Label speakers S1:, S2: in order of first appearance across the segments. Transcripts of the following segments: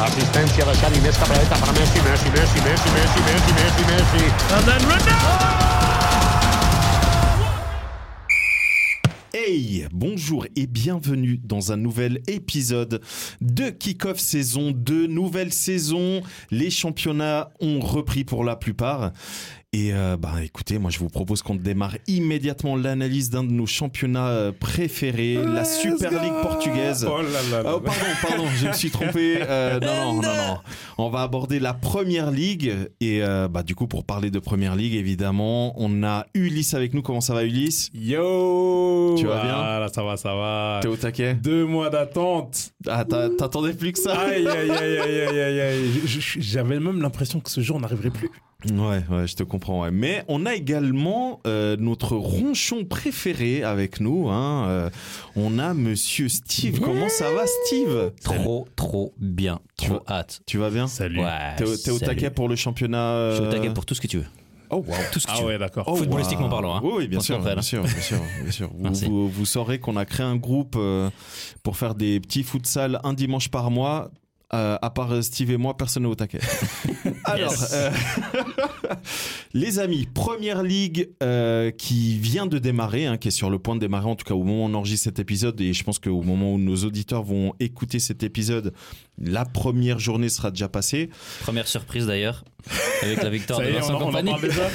S1: Asistencia de Xavi, més cap a la dreta per Messi, Messi, Messi, Messi, Messi, Messi, Messi, Messi.
S2: And then Ronaldo!
S3: Hey, bonjour et bienvenue dans un nouvel épisode de Kickoff saison 2, nouvelle saison. Les championnats ont repris pour la plupart. Et euh, bah écoutez, moi je vous propose qu'on démarre immédiatement l'analyse d'un de nos championnats euh, préférés, la
S2: Let's
S3: Super
S2: go
S3: League portugaise.
S2: Oh là là là
S3: Oh,
S2: là.
S3: pardon, pardon, je me suis trompé. Euh, non, non, non, non. On va aborder la première ligue. Et euh, bah, du coup, pour parler de première ligue, évidemment, on a Ulysse avec nous. Comment ça va, Ulysse
S2: Yo!
S3: Tu vas bien
S2: Ah, là, ça va, ça va.
S3: T'es au taquet
S2: Deux mois d'attente.
S3: Ah, t'a- t'attendais plus que ça
S2: Aïe, aïe, aïe, aïe, aïe, aïe, aïe. Je- je- J'avais même l'impression que ce jour n'arriverait plus.
S3: Ouais, ouais, je te comprends. ouais. Mais on a également euh, notre ronchon préféré avec nous. Hein. euh, on a Monsieur Steve. Comment ça va, Steve
S4: Trop, trop bien.
S3: Tu
S4: Trop hâte.
S3: Tu vas bien
S2: Salut.
S4: Ouais,
S3: T'es au, t'es au
S4: salut.
S3: taquet pour le championnat euh,
S4: Je suis au taquet pour tout ce que tu veux.
S3: Oh, wow.
S4: Tout ce que
S2: Ah
S4: tu
S2: ouais, d'accord.
S4: Oh, Footballistiquement
S3: wow.
S4: parlant, hein.
S3: Oui, oui, bien
S4: On se
S3: sûr,
S4: comprenne,
S3: bien
S4: hein.
S3: sûr, bien sûr, bien sûr. Vous,
S4: Merci.
S3: vous, vous saurez qu'on a créé un groupe euh, pour faire des petits futsal un dimanche par mois. Euh, à part euh, Steve et moi, personne n'est au taquet. Alors,
S4: Yes.
S3: euh, les amis, première ligue euh, qui vient de démarrer, hein, qui est sur le point de démarrer, en tout cas au moment où on enregistre cet épisode, et je pense qu'au moment où nos auditeurs vont écouter cet épisode, la première journée sera déjà passée.
S4: veux. Première surprise d'ailleurs, avec la victoire
S2: Ça
S4: de
S2: y est, on,
S4: Vincent
S2: en- on en
S4: Compagnie.
S2: parle déjà.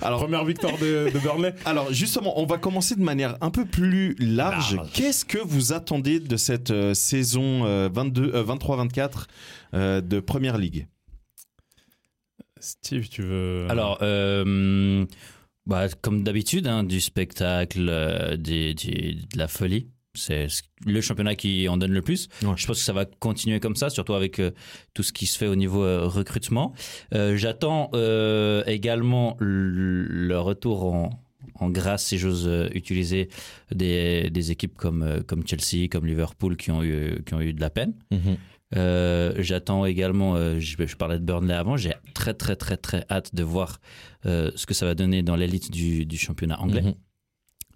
S3: Alors,
S2: Première victoire de, de Burnley.
S3: Alors justement, on va commencer de manière un peu plus large.
S4: Large.
S3: Qu'est-ce que vous attendez de cette euh, saison euh, 22, euh, 23-24 euh, de Première Ligue
S2: Steve, tu veux.
S4: Alors, euh, bah, comme d'habitude, hein, du spectacle, euh, des- des- de la folie. C'est ce- le championnat qui en donne le plus.
S3: Ouais.
S4: Je pense que ça va continuer comme ça, surtout avec euh, tout ce qui se fait au niveau euh, recrutement. Euh, J'attends euh, également le le retour en, en grâce, si j'ose euh, utiliser, des, des équipes comme, euh, comme Chelsea, comme Liverpool qui ont eu, qui ont eu de la peine. Euh, j'attends également, euh, je, je parlais de Burnley avant, j'ai très très très très hâte de voir euh, ce que ça va donner dans l'élite du, du championnat anglais.
S3: Mhm.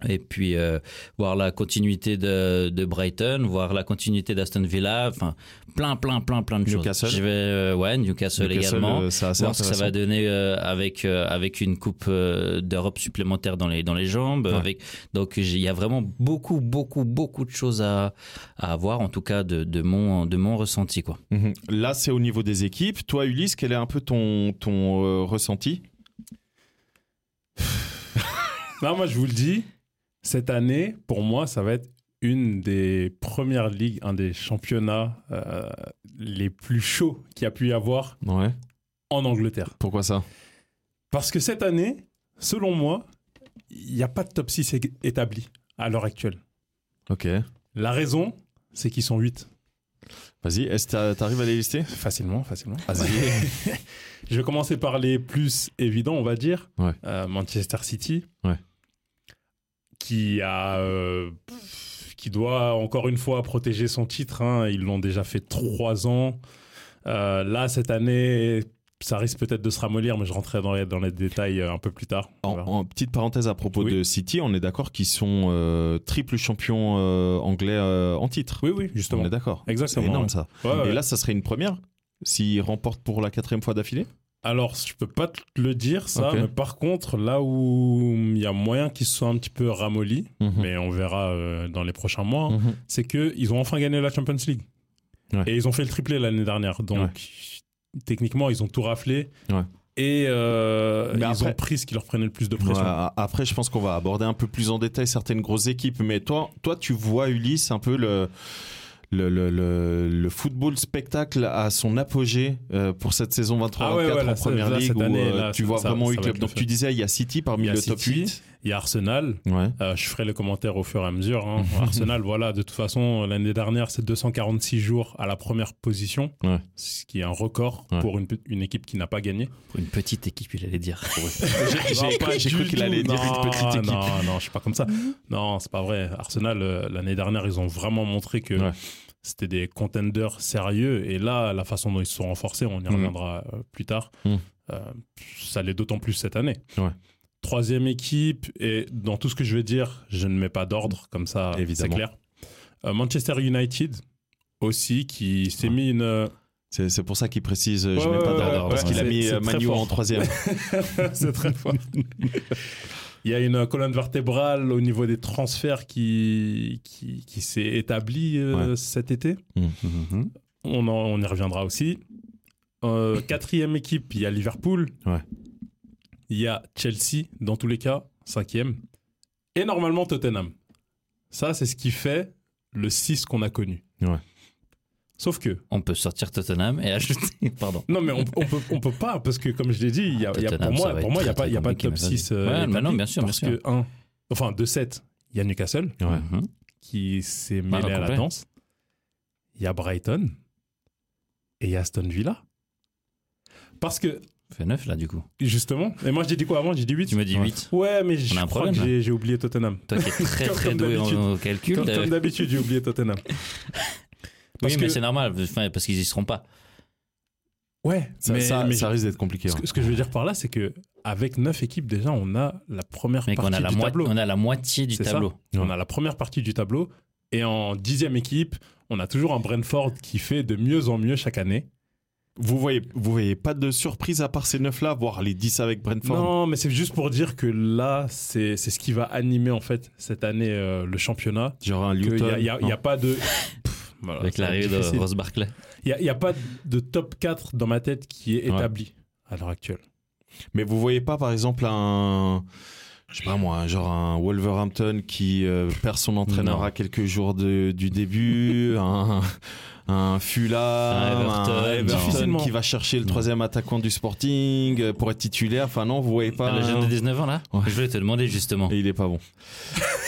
S4: Et puis euh, voir la continuité de, de Brighton, voir la continuité d'Aston Villa, enfin plein plein plein plein de
S3: Newcastle.
S4: choses. Je vais euh, ouais Newcastle,
S3: Newcastle,
S4: également.
S3: euh, ça, c'est
S4: Voir ce que ça va
S3: intéressant.
S4: donner euh, avec euh, avec une coupe euh, d'Europe supplémentaire dans les dans les jambes.
S3: Ouais.
S4: Avec donc j'ai- il y a vraiment beaucoup beaucoup beaucoup de choses à à avoir en tout cas de, de mon de mon ressenti quoi.
S3: Mhm. Là, c'est au niveau des équipes. Toi, Ulysse, quel est un peu ton, ton euh, ressenti
S2: Non, moi, je vous le dis, cette année, pour moi, ça va être une des premières ligues, un des championnats euh, les plus chauds qu'il y a pu y avoir
S3: Ouais.
S2: en Angleterre.
S3: Pourquoi ça
S2: Parce que cette année, selon moi, il n'y a pas de top 6 é- établi à l'heure actuelle.
S3: Ok.
S2: La raison, c'est qu'ils sont 8.
S3: Vas-y, est-ce que t'a- t'arrives à les lister
S2: Facilement, facilement.
S3: Vas-y.
S2: Je vais commencer par les plus évidents, on va dire.
S3: Ouais.
S2: Euh, Manchester City.
S3: Ouais.
S2: Qui a. euh, pff, qui doit encore une fois protéger son titre. hein. Ils l'ont déjà fait trois ans. Euh, là, cette année, ça risque peut-être de se ramollir, mais je rentrerai dans les, dans les détails euh, un peu plus tard.
S3: En,
S2: On verra.
S3: en petite parenthèse à propos
S2: Oui.
S3: de City, on est d'accord qu'ils sont euh, triple champion euh, anglais euh, en titre.
S2: Oui, oui, justement.
S3: On est d'accord. C'est
S2: Exactement.
S3: énorme
S2: ouais.
S3: ça.
S2: Ouais, Ah ouais.
S3: Et là, ça serait une première s'ils remportent pour la quatrième fois d'affilée
S2: Alors, je peux pas te le dire ça,
S3: Ok.
S2: mais par contre, là où il y a moyen qu'ils soient un petit peu ramollis,
S3: Mm.
S2: mais on verra euh, dans les prochains mois, c'est que ils ont enfin gagné la Champions League.
S3: Ouais.
S2: Et ils ont fait le triplé l'année dernière. Donc, techniquement, ils ont tout raflé.
S3: Ouais.
S2: Et euh,
S3: Mais
S2: ils
S3: après-
S2: ont pris ce qui leur prenait le plus de
S3: Ouais,
S2: pression.
S3: a- après, je pense qu'on va aborder un peu plus en détail certaines grosses équipes. Mais toi, toi tu vois, Ulysse, un peu le, le, le, le- le football spectacle à son apogée euh, pour cette saison 23-24
S2: Ah ouais, ouais,
S3: en
S2: là, ça-
S3: première
S2: là,
S3: ligue.
S2: cette
S3: où,
S2: année,
S3: euh,
S2: là,
S3: tu
S2: ça-
S3: vois
S2: ça-
S3: vraiment
S2: ça
S3: huit
S2: va
S3: clubs.
S2: être
S3: Donc
S2: le
S3: tu disais, il y a City parmi
S2: Il y a
S3: le top
S2: City.
S3: 8.
S2: Il y a Arsenal.
S3: Ouais.
S2: Euh, je ferai les commentaires au fur et à mesure. hein. Arsenal, voilà, de toute façon, l'année dernière, c'est 246 jours à la première position,
S3: Ouais.
S2: ce qui est un record
S3: Ouais.
S2: pour une, une équipe qui n'a pas gagné.
S4: Pour une petite équipe, il allait dire.
S3: J'ai-
S2: pas
S3: j'ai
S2: du
S3: cru qu'il allait
S2: tout.
S3: dire une
S2: Non,
S3: petite équipe.
S2: Non, non, je suis pas comme ça. Non, c'est pas vrai. Arsenal, euh, l'année dernière, ils ont vraiment montré que
S3: Ouais.
S2: c'était des contenders sérieux. Et là, la façon dont ils se sont renforcés, on y
S3: Mm.
S2: reviendra euh, plus tard,
S3: Mhm.
S2: euh, ça l'est d'autant plus cette année.
S3: Ouais.
S2: Troisième équipe, et dans tout ce que je vais dire, je ne mets pas d'ordre, comme ça, c'est
S3: Évidemment.
S2: clair. Euh, Manchester United aussi, qui s'est
S3: Ouais.
S2: mis une,
S3: C'est c'est pour ça qu'il précise, euh, je
S2: Ouais,
S3: mets
S2: ouais,
S3: pas
S2: ouais,
S3: d'ordre,
S2: ouais,
S3: parce
S2: ouais,
S3: qu'il a
S2: c'est-
S3: mis
S2: c'est
S3: euh,
S2: très
S3: Manu
S2: fort.
S3: en troisième.
S2: c'est très fort. Il y a une euh, colonne vertébrale au niveau des transferts qui, qui, qui s'est établie euh, cet été. On, en- on y reviendra aussi. Euh, quatrième équipe, il y a Liverpool.
S3: Ouais.
S2: Il y a Chelsea, dans tous les cas, cinquième. Et normalement Tottenham. Ça, c'est ce qui fait le 6 qu'on a connu.
S3: Ouais.
S2: Sauf que.
S4: On peut sortir Tottenham et ajouter. Pardon.
S2: Non, mais on, on peut, on peut pas, parce que comme je l'ai dit, il Ah, y a- il y a- pour
S4: Tottenham, ça
S2: moi, pour
S4: va être
S2: moi, il n'y a,
S4: très,
S2: pas- il y a
S4: très
S2: pas de
S4: compliqué,
S2: top
S4: mais vas-y.
S2: 6. euh,
S4: Ouais,
S2: établi,
S4: mais non, bien sûr, bien
S2: Parce
S4: sûr.
S2: que, un, enfin, de 7, il y a Newcastle
S3: Ouais.
S4: Mhm.
S2: qui s'est mêlé
S4: non,
S2: à la
S4: complet.
S2: danse. Il y a Brighton et il y a Aston Villa. Parce que,
S4: Fait 9 là du coup.
S2: justement, et moi j'ai dit quoi avant J'ai dit 8.
S4: Tu me dis 8.
S2: Ouais, mais je
S4: On a un
S2: crois
S4: problème,
S2: que
S4: là.
S2: j'ai- j'ai oublié Tottenham.
S4: Toi qui es très
S2: Comme-
S4: très
S2: comme
S4: doué
S2: d'habitude.
S4: en, en calcul.
S2: Comme,
S4: euh,
S2: comme d'habitude, j'ai oublié Tottenham.
S4: oui,
S2: Parce
S4: mais
S2: que-
S4: c'est normal enfin, parce qu'ils y seront pas.
S2: Ouais,
S3: Ça,
S2: mais,
S3: ça-
S2: mais
S3: ça risque d'être compliqué. hein.
S2: ce,
S3: ouais.
S2: que, ce que je veux dire par là, c'est que avec 9 équipes, déjà, on a la première
S4: Mais
S2: partie
S4: qu'on a la
S2: du
S4: moitié,
S2: tableau.
S4: on a la moitié du
S2: C'est ça.
S4: tableau.
S2: On a la première partie du tableau. Et en dixième équipe, on a toujours un Brentford qui fait de mieux en mieux chaque année.
S3: Vous voyez, vous voyez pas de surprise à part ces neuf-là, voire les 10 avec Brentford
S2: Non, mais c'est juste pour dire que là, c'est c'est ce qui va animer en fait cette année euh, le championnat.
S3: Genre un
S2: Il n'y
S3: Luton
S2: a, y a- y a
S3: non.
S2: pas de. Pff, voilà,
S4: Avec
S2: ça va être
S4: l'arrivée de
S2: Ah, difficile.
S4: Ross Barclay.
S2: Il n'y a, y a pas de top 4 dans ma tête qui est
S3: Ouais.
S2: établi à l'heure actuelle.
S3: Mais vous voyez pas, par exemple, un. Je sais pas moi, genre un Wolverhampton qui euh, perd son entraîneur
S4: Non.
S3: à quelques jours de- du début, un, un Fula,
S4: Un Everton,
S3: un Everton
S2: difficilement.
S3: qui va chercher le troisième attaquant du Sporting euh, pour être titulaire. Enfin non, vous voyez pas.
S2: Ah.
S4: le jeune
S3: un-
S4: de 19 ans là
S3: Ouais.
S4: Je voulais te demander justement.
S3: Et il est pas bon.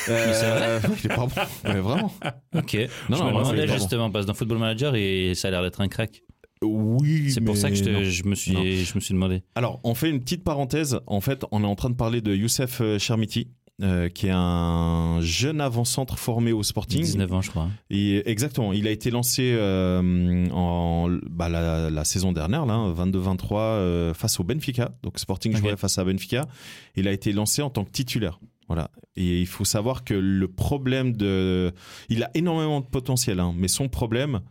S3: Euh, il est pas bon. Mais vraiment.
S4: Ok.
S3: Non,
S4: je
S3: non,
S4: me
S3: non, c'est
S4: demandais
S3: pas bon.
S4: justement parce que dans Football Manager et ça a l'air d'être un crack.
S3: Oui.
S4: C'est pour
S3: mais
S4: ça que je, te-
S3: non.
S4: je me
S3: Non.
S4: suis, je me suis demandé.
S3: Alors, on fait une petite parenthèse. En fait, on est en train de parler de Youssef euh, Chermiti, euh, qui est un jeune avant-centre formé au Sporting.
S4: 19 ans je crois.
S3: Et- exactement. Il a été lancé euh, en bah, la, la saison dernière, là, 22-23, euh, face au Benfica. Donc Sporting
S4: Ok.
S3: jouait face à Benfica. Il a été lancé en tant que titulaire. Voilà. Et il faut savoir que le problème de, il a énormément de potentiel, hein, mais son problème,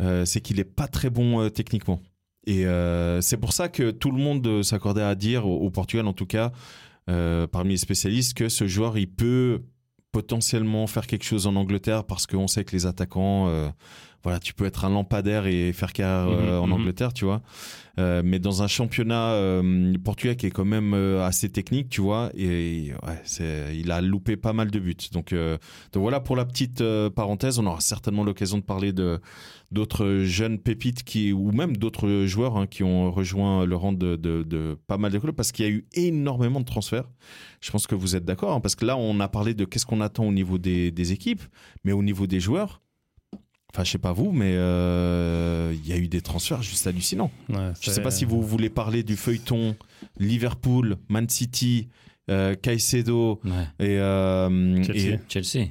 S3: euh, c'est qu'il est pas très bon euh, techniquement. Et euh, c'est pour ça que tout le monde euh, s'accordait à dire, au, au Portugal en tout cas, euh, parmi les spécialistes, que ce joueur, il peut potentiellement faire quelque chose en Angleterre parce qu'on sait que les attaquants, euh, voilà, tu peux être un lampadaire et faire carrière euh,
S2: Mhm,
S3: en
S2: mhm.
S3: Angleterre, tu vois. Euh, mais dans un championnat euh, portugais qui est quand même euh, assez technique, tu vois, et ouais, c'est- il a loupé pas mal de buts. Donc, euh, donc voilà pour la petite euh, parenthèse. On aura certainement l'occasion de parler de d'autres jeunes pépites qui ou même d'autres joueurs hein, qui ont rejoint le rang de, de- de pas mal de clubs parce qu'il y a eu énormément de transferts. Je pense que vous êtes d'accord hein, parce que là on a parlé de qu'est-ce qu'on attend au niveau des, des équipes, mais au niveau des joueurs. Enfin, je sais pas vous, mais euh, il y a eu des transferts juste hallucinants. Je sais pas si vous voulez parler du feuilleton Liverpool, Man City, euh, Caicedo
S4: Ouais.
S3: et, euh,
S2: Chelsea.
S3: et
S4: Chelsea.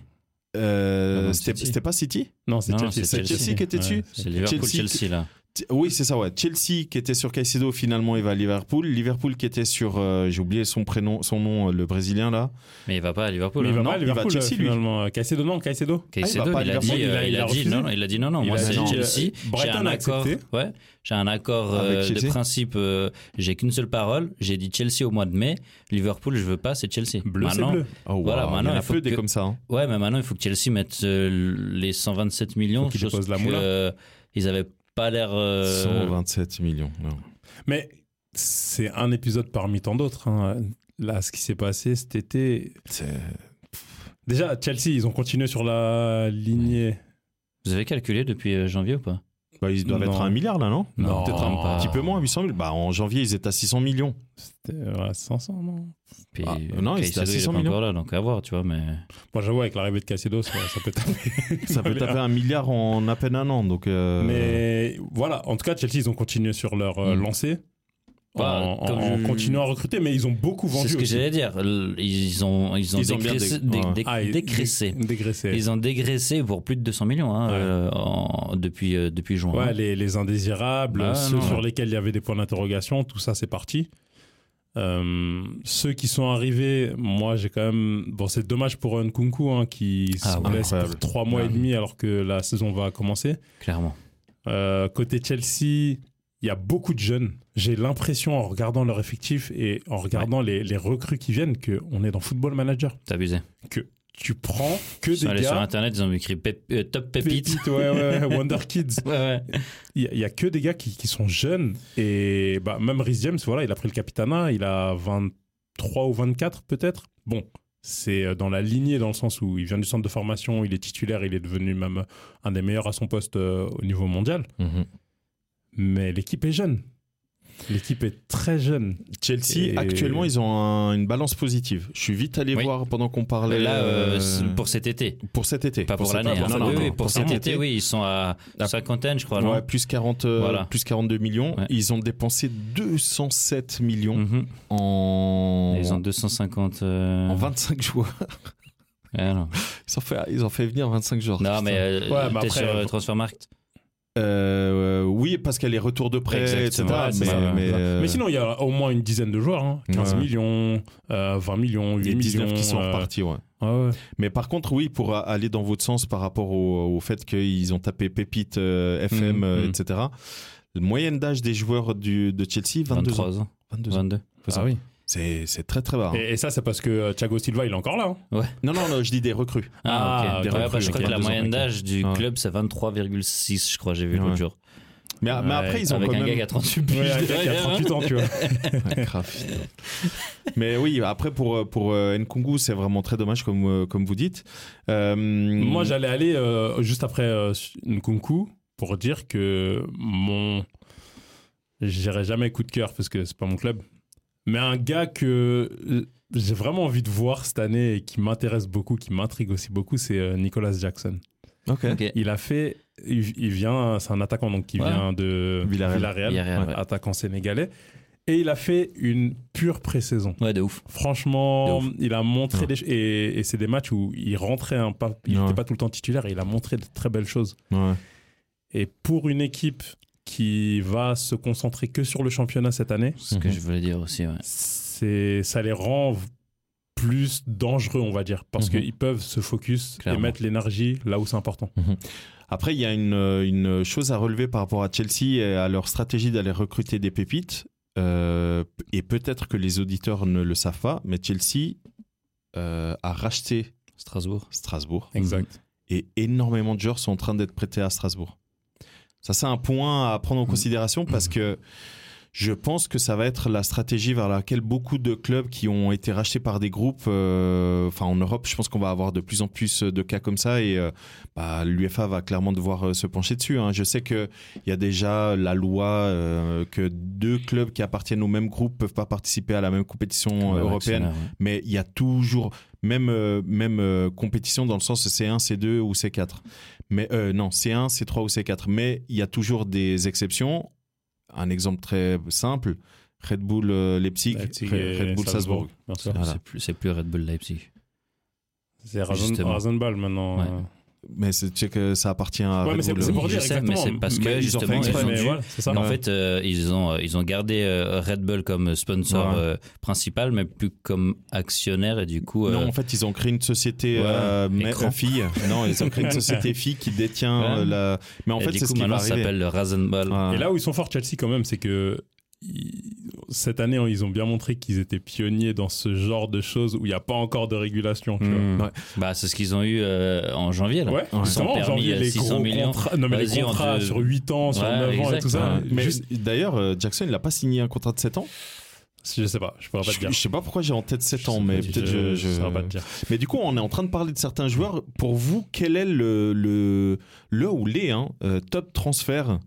S3: euh,
S4: Non, non,
S3: c'était
S4: City.
S3: c'était pas City
S2: Non, c'est
S4: Non,
S2: Chelsea.
S4: c'est
S2: c'est
S4: Chelsea
S3: qui était dessus.
S4: C'est Liverpool
S3: Chelsea-
S4: Chelsea là.
S3: T- Oui, c'est ça, ouais. Chelsea qui était sur Caicedo finalement il va à Liverpool. Liverpool qui était sur, euh, j'ai oublié son prénom, son nom, euh, le brésilien là.
S4: Mais il va pas à Liverpool.
S2: Mais il va
S4: hein.
S2: pas à
S3: il va à
S2: Liverpool
S3: Chelsea, lui.
S2: finalement. Euh, Caicedo, non, Caicedo.
S4: Caicedo,
S3: Ah, il va pas à
S4: il, a dit,
S3: Liverpool,
S2: il a-
S4: euh, il
S2: il a
S4: a dit
S2: refusé.
S4: non, non, il a dit non, non,
S2: Il
S4: moi
S2: a
S4: c'est
S2: dit,
S4: Chelsea.
S2: euh,
S4: J'ai
S2: Brighton
S4: un
S2: a
S4: accord,
S2: accepté.
S4: ouais, j'ai un accord
S3: Avec
S4: euh, de
S3: Chelsea.
S4: principe. euh, j'ai qu'une seule parole. J'ai dit Chelsea au mois de mai. Liverpool, je veux pas, c'est Chelsea.
S2: Bleu, c'est
S4: Maintenant,
S2: bleu.
S3: Oh, wow, il
S4: Voilà,
S3: y
S4: maintenant,
S3: en a
S4: il faut
S3: peu des
S4: que-
S3: comme ça. hein.
S4: Ouais, mais maintenant, il faut que Chelsea mette euh, les 127 millions.
S2: Faut qu'ils
S4: chose
S2: déposent la
S4: que,
S2: moula.
S4: euh, ils avaient pas l'air. euh,
S3: 127 millions. non.
S2: Mais c'est un épisode parmi tant d'autres. hein. Là, ce qui s'est passé cet été.
S3: C'est-
S2: Déjà, Chelsea, ils ont continué sur la lignée.
S4: Vous avez calculé depuis euh, janvier ou pas
S3: Bah, ils doivent
S2: Non.
S3: être à un milliard là, non
S2: Non,
S4: peut-être même pas.
S3: Un petit peu moins, 800 000. Bah, en janvier, ils étaient à 600 millions.
S2: C'était ouais, 500, non
S4: Puis,
S3: Ah,
S4: euh,
S3: non, ils étaient à
S4: Caicedo, il est
S3: 600
S4: pas
S3: millions.
S4: encore là, donc à voir, tu vois. Mais
S2: Bon, j'avoue, avec l'arrivée de Caicedo, ça, ça peut taper.
S3: Ça peut taper un milliard en à peine un an. Donc, euh,
S2: Mais voilà, en tout cas, Chelsea, ils ont continué sur leur euh,
S4: Mm.
S2: lancée. En,
S4: Bah,
S2: en-
S4: comme
S2: en
S4: je-
S2: continuant à recruter, mais ils ont beaucoup vendu.
S4: c'est ce que
S2: aussi.
S4: j'allais dire. L- Ils ont, ils ont,
S3: Ils ont bien
S4: dégraissé,
S3: dé-
S4: dé-
S3: ouais.
S4: dé-
S2: Ah, et-
S4: dégraissé.
S2: dé- Dégraissé.
S4: Ils ont dégraissé pour plus de 200 millions hein,
S2: Ouais.
S4: euh, en- depuis, euh, depuis juin.
S2: Ouais, les, les indésirables,
S4: Ah,
S2: ceux
S4: non.
S2: sur lesquels il y avait des points d'interrogation, tout ça, c'est parti. Euh, ceux qui sont arrivés, moi j'ai quand même. Bon, c'est dommage pour Nkunku hein, qui
S4: Ah
S2: se
S4: ouais.
S2: blesse pour
S3: Incroyable.
S2: trois mois
S4: Ouais.
S2: et demi alors que la saison va commencer.
S4: hein, Clairement.
S2: Euh, côté Chelsea, il y a beaucoup de jeunes. J'ai l'impression, en regardant leur effectif et en regardant les, les recrues qui viennent, qu'on est dans Football Manager.
S4: T'as abusé.
S2: Tu prends que
S4: Ils sont
S2: des
S4: allés sur
S2: gars.
S4: Internet, ils ont écrit pép- euh, Top Pépite.
S2: Pépites, ouais, ouais, Wonder Kids.
S4: Ouais, ouais.
S2: Il y a- il y, a que des gars qui, qui sont jeunes. Et bah, même Rhys James, voilà, il a pris le capitana, il a 23 ou 24 peut-être. Bon, c'est euh, dans la lignée, dans le sens où il vient du centre de formation, il est titulaire, il est devenu même un des meilleurs à son poste euh, au niveau mondial.
S3: Mhm.
S2: Mais l'équipe est jeune. L'équipe est très jeune.
S3: Chelsea,
S2: Et-
S3: actuellement, ils ont un- une balance positive. Je suis vite allé
S4: Oui.
S3: voir pendant qu'on parlait.
S4: Là, euh,
S3: euh,
S4: c'est pour cet été.
S3: pour cet été.
S4: Pas pour
S3: cet-
S4: l'année. hein.
S3: non, non,
S4: Oui,
S3: non,
S4: oui, pour cet été, oui, ils sont à
S3: Ah.
S4: cinquantaine, je crois.
S3: Ouais, plus, 40, euh,
S4: Voilà.
S3: plus 42 millions.
S4: Ouais.
S3: Ils ont dépensé 207 millions
S4: non Mhm.
S3: en...
S4: Ils ont 250. euh,
S3: en 25 joueurs.
S4: ouais, non.
S3: Ils ont fait, ils ont fait venir 25 joueurs.
S4: Non,
S3: Putain.
S4: mais euh,
S2: Ouais, mais
S4: t'es
S2: après,
S4: sur
S2: euh,
S4: euh, Transfermarkt.
S3: Euh, euh, oui, parce qu'elle est retour de prêt,
S4: Exactement.
S3: etc.
S4: Ouais, c'est
S3: Ah, mais,
S4: ça, ouais.
S3: mais, euh,
S2: Ah, Mais sinon, il y a au moins une dizaine de joueurs. hein. 15
S3: Ouais.
S2: millions, euh, 20 millions, 8
S3: il y a 19
S2: millions.
S3: qui sont
S2: euh,
S3: repartis. Ouais.
S2: ouais, ouais.
S3: Mais par contre, oui, pour a- aller dans votre sens par rapport au, au fait qu'ils ont tapé Pépite, euh, FM,
S4: Mm,
S2: Mhm,
S3: euh,
S2: mhm.
S3: etc. La moyenne d'âge des joueurs du, de Chelsea, 22 ans.
S4: 23 ans.
S3: 22 ans.
S4: 22.
S3: Faut savoir. C'est c'est très très bas. hein.
S2: Et, et ça, c'est parce que euh, Thiago Silva, il est encore là. hein.
S3: Non, non, non, je dis des recrues.
S4: Ah,
S2: Ah,
S4: ok.
S2: des
S4: Ouais,
S2: recrues,
S4: bah, je crois
S2: ok.
S4: que la
S2: 22 ans,
S4: moyenne
S2: ok.
S4: d'âge du
S3: Ouais.
S4: club, c'est 23,6, je crois, j'ai
S3: Ouais.
S4: vu l'autre jour.
S3: Mais, mais
S2: Ouais,
S3: après, ils ont
S4: euh, Avec
S3: quand
S4: un gars
S3: même.
S4: qui a 38 piges
S2: Ouais, un gars qui a
S3: hein.
S2: 38 ans, tu vois.
S3: Ouais, grave, putain. mais oui, après pour euh, pour euh, Nkungu, c'est vraiment très dommage comme euh, comme vous dites. Euh,
S4: Mmh.
S2: Moi, j'allais aller euh, juste après euh, Nkunku pour dire que mon. Je dirais jamais coup de cœur parce que c'est pas mon club. Mais un gars que euh, j'ai vraiment envie de voir cette année et qui m'intéresse beaucoup, qui m'intrigue aussi beaucoup, c'est euh, Nicolas Jackson.
S3: Ok.
S4: hein. Ok.
S2: Il a fait. Il, il vient. C'est un attaquant donc qui
S4: Ouais.
S2: vient de
S3: Villarreal.
S4: Villarreal, ouais.
S2: attaquant sénégalais. Et il a fait une pure pré-saison.
S4: Ouais, de ouf.
S2: Franchement,
S4: De
S2: il a montré
S3: Ouais.
S2: des ch- et, et c'est des matchs où il rentrait un pas, il
S3: Ouais.
S2: n'était pas tout le temps titulaire et il a montré de très belles choses.
S3: Ouais.
S2: Et pour une équipe qui va se concentrer que sur le championnat cette année,
S4: C'est ce que
S3: Mhm.
S4: je voulais dire aussi, ouais.
S2: c'est ça les rend v- plus dangereux, on va dire, parce
S3: Mhm.
S2: qu'ils peuvent se focus
S4: Clairement.
S2: et mettre l'énergie là où c'est important.
S3: Après, il y a une, euh, une chose à relever par rapport à Chelsea et à leur stratégie d'aller recruter des pépites. Euh, et peut-être que les auditeurs ne le savent pas, mais Chelsea euh, a racheté
S4: Strasbourg.
S3: Strasbourg
S2: Exact.
S3: et énormément de joueurs sont en train d'être prêtés à Strasbourg. Ça, c'est un point à prendre en considération parce que je pense que ça va être la stratégie vers laquelle beaucoup de clubs qui ont été rachetés par des groupes, euh, enfin en Europe, je pense qu'on va avoir de plus en plus de cas comme ça et euh, bah, l'UFA va clairement devoir euh, se pencher dessus. hein. Je sais qu'il y a déjà la loi euh, que deux clubs qui appartiennent au même groupe peuvent pas participer à la même compétition
S4: bah Ouais,
S3: euh, européenne
S4: Wexner, ouais.
S3: mais il y a toujours même euh, même euh, compétition dans le sens C1, C2 ou C4. Mais euh, non, C1, C3 ou C4, mais il y a toujours des exceptions. Un exemple très simple, Red Bull euh, Leipzig,
S2: Leipzig
S3: Red,
S2: et
S3: Red Bull Salzbourg.
S2: bien sûr.
S3: Voilà.
S4: C'est plus, c'est plus Red Bull Leipzig.
S2: C'est Rasen-
S4: Justement.
S2: Rasenball maintenant.
S4: Ouais.
S2: euh.
S3: Mais c'est- tu sais que ça appartient à
S2: Ouais,
S3: Red
S2: mais c'est
S3: Bull.
S2: c'est pour
S4: Je
S2: dire
S4: sais, mais
S2: exactement.
S4: c'est parce que,
S2: Mais ils ont fait
S4: justement,
S2: exprès,
S4: ils ont
S2: mais
S4: dû-
S2: voilà, c'est ça.
S4: En
S3: Ouais.
S4: fait, euh, ils, ont, euh, ils ont gardé euh, Red Bull comme sponsor
S3: Ouais.
S4: euh, principal, mais plus comme actionnaire. Et du coup, euh,
S3: Non, en fait, ils ont créé une société
S4: Voilà.
S3: euh, mais-
S4: Écran.
S3: euh, fille. Non, ils ont créé une société fille qui détient
S4: Ouais.
S3: euh, la. Mais en
S4: et
S3: fait,
S4: du
S3: c'est
S4: coup,
S3: ce qui va
S4: maintenant, ça
S3: arriver.
S4: s'appelle le Rasenball.
S3: Ouais.
S2: Et là où ils sont forts, Chelsea, quand même, c'est que ils- cette année, hein, ils ont bien montré qu'ils étaient pionniers dans ce genre de choses où il n'y a pas encore de régulation. Tu vois.
S4: Mm.
S3: Ouais.
S4: Bah, c'est ce qu'ils ont eu euh, en janvier. Là.
S2: Ouais,
S3: Ils ont
S2: justement,
S4: permis,
S2: janvier,
S4: euh,
S2: les
S4: 600
S2: gros
S4: millions.
S2: contrats, non, mais les
S4: Vas-y, on
S2: contrats
S4: te-
S2: sur 8 ans, sur
S4: Ouais,
S2: 9 ans et
S4: exact,
S2: tout ça.
S3: Ouais. Mais
S2: Juste-
S3: d'ailleurs, euh, Jackson, il n'a pas signé un contrat de 7 ans.
S2: je sais pas, je pourrais pas te
S3: Je,
S2: dire.
S3: je sais pas pourquoi j'ai en tête 7 ans,
S2: sais
S3: mais
S2: pas,
S3: peut-être je, je-
S2: saurais pas te dire.
S3: Mais du coup, on est en train de parler de certains joueurs. Pour vous, quel est le, le, le ou les hein, euh, top transferts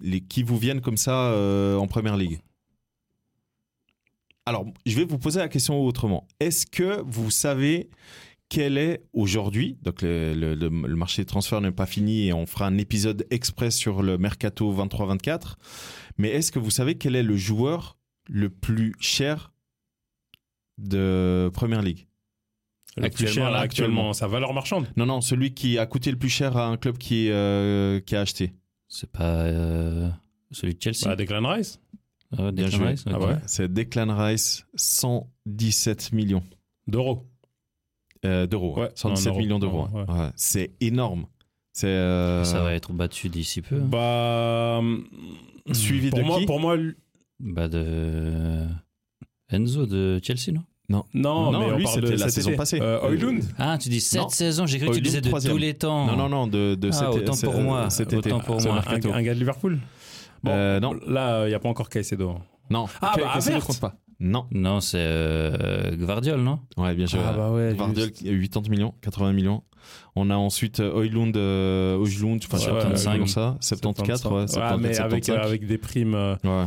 S3: les, qui vous viennent comme ça euh, en première ligue Alors, je vais vous poser la question autrement. Est-ce que vous savez quel est aujourd'hui Donc, le, le- le- le marché des transferts n'est pas fini et on fera un épisode exprès sur le mercato 23-24. Mais est-ce que vous savez quel est le joueur le plus cher de première ligue
S2: Le plus
S4: Actuellement,
S2: cher,
S4: là,
S2: actuellement,
S4: actuellement.
S2: sa valeur marchande.
S3: Non, non, celui qui a coûté le plus cher à un club qui, euh, qui a acheté.
S4: C'est pas euh, celui de Chelsea.
S2: Bah, Declan Rice.
S4: Ah,
S3: bien
S4: Declan
S3: joué.
S4: Rice, ok.
S2: Ah ouais.
S3: C'est Declan Rice, 117 millions
S2: D'euros.
S3: euh, d'euros.
S2: Ouais,
S3: hein. 117
S2: en euros.
S3: millions d'euros. hein.
S2: Ouais.
S3: Ouais, C'est énorme. C'est euh,
S4: Ah, Ça va être battu d'ici peu. hein.
S2: Bah.
S3: Hmm. Suivi
S2: pour
S3: de
S2: moi,
S3: qui
S2: Pour moi, lui-
S4: Bah de Enzo de Chelsea, non
S2: non,
S3: Non,
S2: mais
S3: lui,
S2: on parle de
S3: c'était la
S2: cet
S3: saison
S2: été.
S3: passée.
S2: Euh, Højlund
S4: Ah, tu dis
S3: Non.
S4: 7 saisons, j'ai cru que
S3: Oh,
S4: tu disais
S3: Lund,
S4: de
S3: troisième.
S4: tous les temps.
S3: Non, non, non, de, de
S4: Ah,
S3: cet-
S4: autant
S3: cet- euh,
S4: pour moi,
S3: cet été,
S4: autant pour
S3: ce
S4: moi.
S2: un,
S3: mercato.
S2: un gars de Liverpool bon.
S3: Euh, non,
S2: Là, il n'y a pas encore Caicedo. hein.
S3: non.
S2: Ah,
S3: Ok,
S2: bah,
S3: Caicedo
S2: Havertz.
S3: compte pas. Non.
S4: Non, c'est euh, Gvardiol, non
S3: Ouais, bien
S4: Ah,
S3: joué.
S2: Ah
S4: bah,
S2: bah ouais.
S3: Vardel, 80 millions, 80 millions. On a ensuite euh, Højlund, euh, Højlund, enfin,
S2: Ouais,
S3: je sais pas comment
S4: 75.
S3: on dit ça, 74, ouais, 74,
S2: mais avec,
S3: 75.
S2: euh, avec des primes. euh,
S3: Ouais.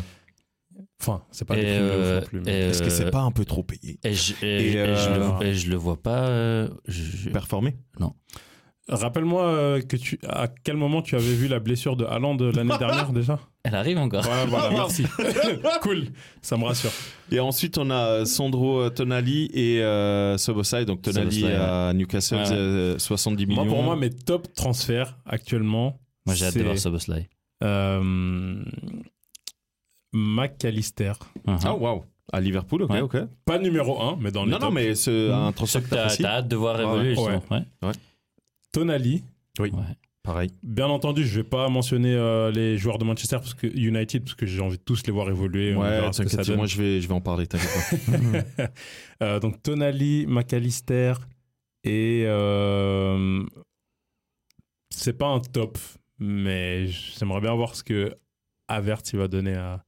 S2: Enfin, c'est pas
S4: Et,
S2: des primes de ouf
S4: euh,
S2: non plus.
S4: et,
S2: mais-
S3: Est-ce que
S4: Euh,
S3: c'est pas un peu trop payé
S4: et je, et-
S3: Et,
S4: et je
S2: euh,
S4: le, et je le vois pas. euh, je-
S3: Performé
S2: Rappelle-moi euh, que tu, à quel moment tu avais vu la blessure de Haaland euh, l'année dernière déjà
S4: Elle arrive encore.
S2: Ouais, voilà, merci. cool, ça me rassure.
S3: Et ensuite, on a euh, Sandro Tonali et euh, Sobosai. Donc, Tonali
S4: Szoboszlai,
S3: à Newcastle,
S4: Ouais.
S3: euh, 70 millions.
S2: Moi, pour moi, mes top transferts actuellement,
S4: Moi, j'ai hâte de
S2: c'est,
S4: voir Soboslai.
S2: euh, McAllister.
S4: Uh-huh.
S3: Ah, waouh À Liverpool, ok,
S4: Ouais.
S3: ok.
S2: Pas numéro 1, mais dans les
S3: Non, non,
S2: tops.
S3: mais c'est un
S4: Ceux
S3: transfert
S4: que t'as
S3: facile.
S4: t'as hâte de voir évoluer,
S2: Ouais.
S4: justement. Ouais.
S2: Tonali.
S4: Ouais.
S3: Pareil.
S2: Bien entendu, je vais pas mentionner euh, les joueurs de Manchester parce que United, parce que j'ai envie de tous les voir évoluer. on
S3: Ouais,
S2: verra ce que ça
S3: t'inquiète,
S2: donne.
S3: moi, je vais, je vais en parler, t'inquiète pas.
S2: Euh, donc Tonali, McAllister et euh, c'est pas un top, mais j'aimerais bien voir ce que Avert il va donner à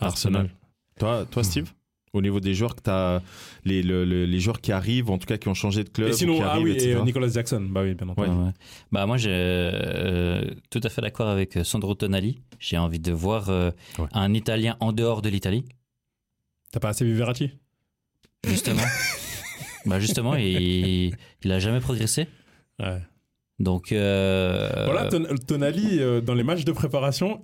S2: à Arsenal.
S3: Arsenal. Toi,
S2: Mm.
S3: toi Steve au niveau des joueurs que t'as, les, le- le- les joueurs qui arrivent, en tout cas qui ont changé de club,
S2: Et
S3: ou
S2: sinon,
S3: qui
S2: ah
S3: arrivent,
S2: oui, et
S3: etc.
S2: euh, Nicolas Jackson, bah oui, bien entendu.
S4: Ouais, ouais. Bah moi, j'ai euh, tout à fait d'accord avec euh, Sandro Tonali. J'ai envie de voir euh,
S3: Ouais.
S4: un Italien en dehors de l'Italie,
S2: T'as pas assez vu Verratti
S4: justement. bah justement, il, il a jamais progressé.
S2: Ouais.
S4: Donc euh,
S2: Voilà, Ton- Tonali, euh, dans les matchs de préparation,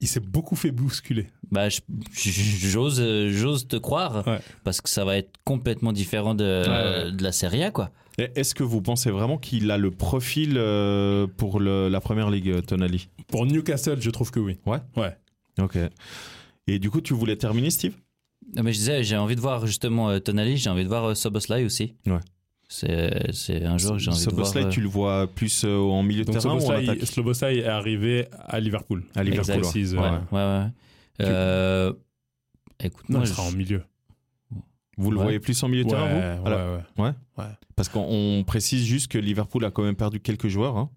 S2: il s'est beaucoup fait bousculer.
S4: bah, je- je- j'ose, euh, j'ose te croire
S2: Ouais.
S4: parce que ça va être complètement différent de, euh, de la Serie A, quoi.
S3: Et Est-ce que vous pensez vraiment qu'il a le profil euh, pour le- la première ligue, euh, Tonali
S2: Pour Newcastle, je trouve que oui.
S3: Ok. Et du coup, tu voulais terminer, Steve
S4: Non, mais je disais, j'ai envie de voir justement euh, Tonali, j'ai envie de voir euh, Soboslai aussi.
S3: Ouais.
S4: C'est, c'est un joueur que j'ai envie de
S3: Soboslai,
S4: voir. euh,
S3: tu le vois plus euh, en milieu de
S2: Donc
S3: terrain ou en
S2: Slobosai,
S3: attaque
S2: Slobosai est arrivé à Liverpool.
S3: À Liverpool,
S2: Je précise,
S4: Ouais,
S2: euh,
S4: ouais, ouais. Euh, écoute,
S2: Non,
S4: moi,
S2: il sera en
S4: je-
S2: milieu.
S3: Vous le
S4: Ouais.
S3: voyez plus en milieu de
S2: Ouais,
S3: terrain, vous
S2: ouais,
S3: Alors,
S2: ouais.
S3: Parce qu'on on précise juste que Liverpool a quand même perdu quelques joueurs. hein.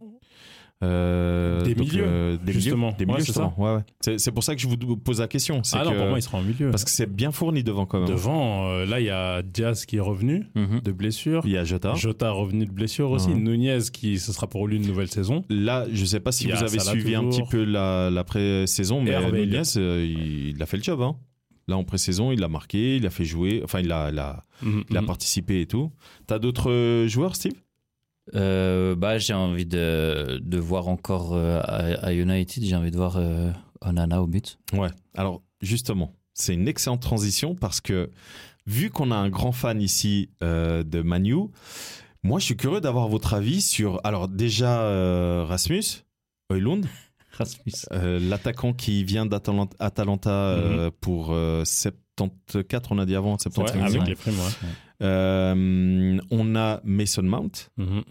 S3: Euh,
S2: Des
S3: donc,
S2: milieux,
S3: euh, des
S2: justement.
S3: milieux, des
S2: Ouais,
S3: milieux,
S2: c'est
S3: justement. Ouais, ouais. C'est c'est pour ça que je vous pose la question. c'est
S2: Ah non,
S3: que-
S2: pour moi, il sera en milieu.
S3: Parce que c'est bien fourni devant quand même.
S2: Devant, euh, là, il y a Diaz qui est revenu
S4: Mhm.
S2: de blessure.
S3: Il y a Mmh. Jota.
S2: Jota revenu de blessure aussi.
S3: Ouais.
S2: Nunez qui, ce sera pour lui une nouvelle saison.
S3: Là, je sais pas si
S2: Il y a
S3: vous avez
S2: Salah
S3: suivi un
S2: toujours.
S3: petit peu la, la pré-saison, mais
S2: Hervé
S3: Nunez,
S2: Elliott.
S3: euh, il, il a fait le job. hein. Là, en pré-saison, il a marqué, il a fait jouer, enfin, il a, il a,
S2: Mmh,
S3: il a
S2: Mhm.
S3: participé et tout. T'as d'autres euh, joueurs, Steve
S4: Euh, bah, j'ai envie de, de voir encore euh, à, à United, j'ai envie de voir euh, Onana au but.
S3: Ouais. Alors, justement, c'est une excellente transition parce que, vu qu'on a un grand fan ici euh, de Manu, moi, je suis curieux d'avoir votre avis sur. Alors, déjà, euh, Rasmus, Oilund, Euh, l'attaquant qui vient d'Atalanta Atalanta, euh, pour euh, 74, on a dit avant, 75
S2: Ouais, ah
S3: millions.
S2: avec
S4: ouais.
S2: les primes, ouais.
S3: Euh, on a Mason Mount,
S2: Mhm.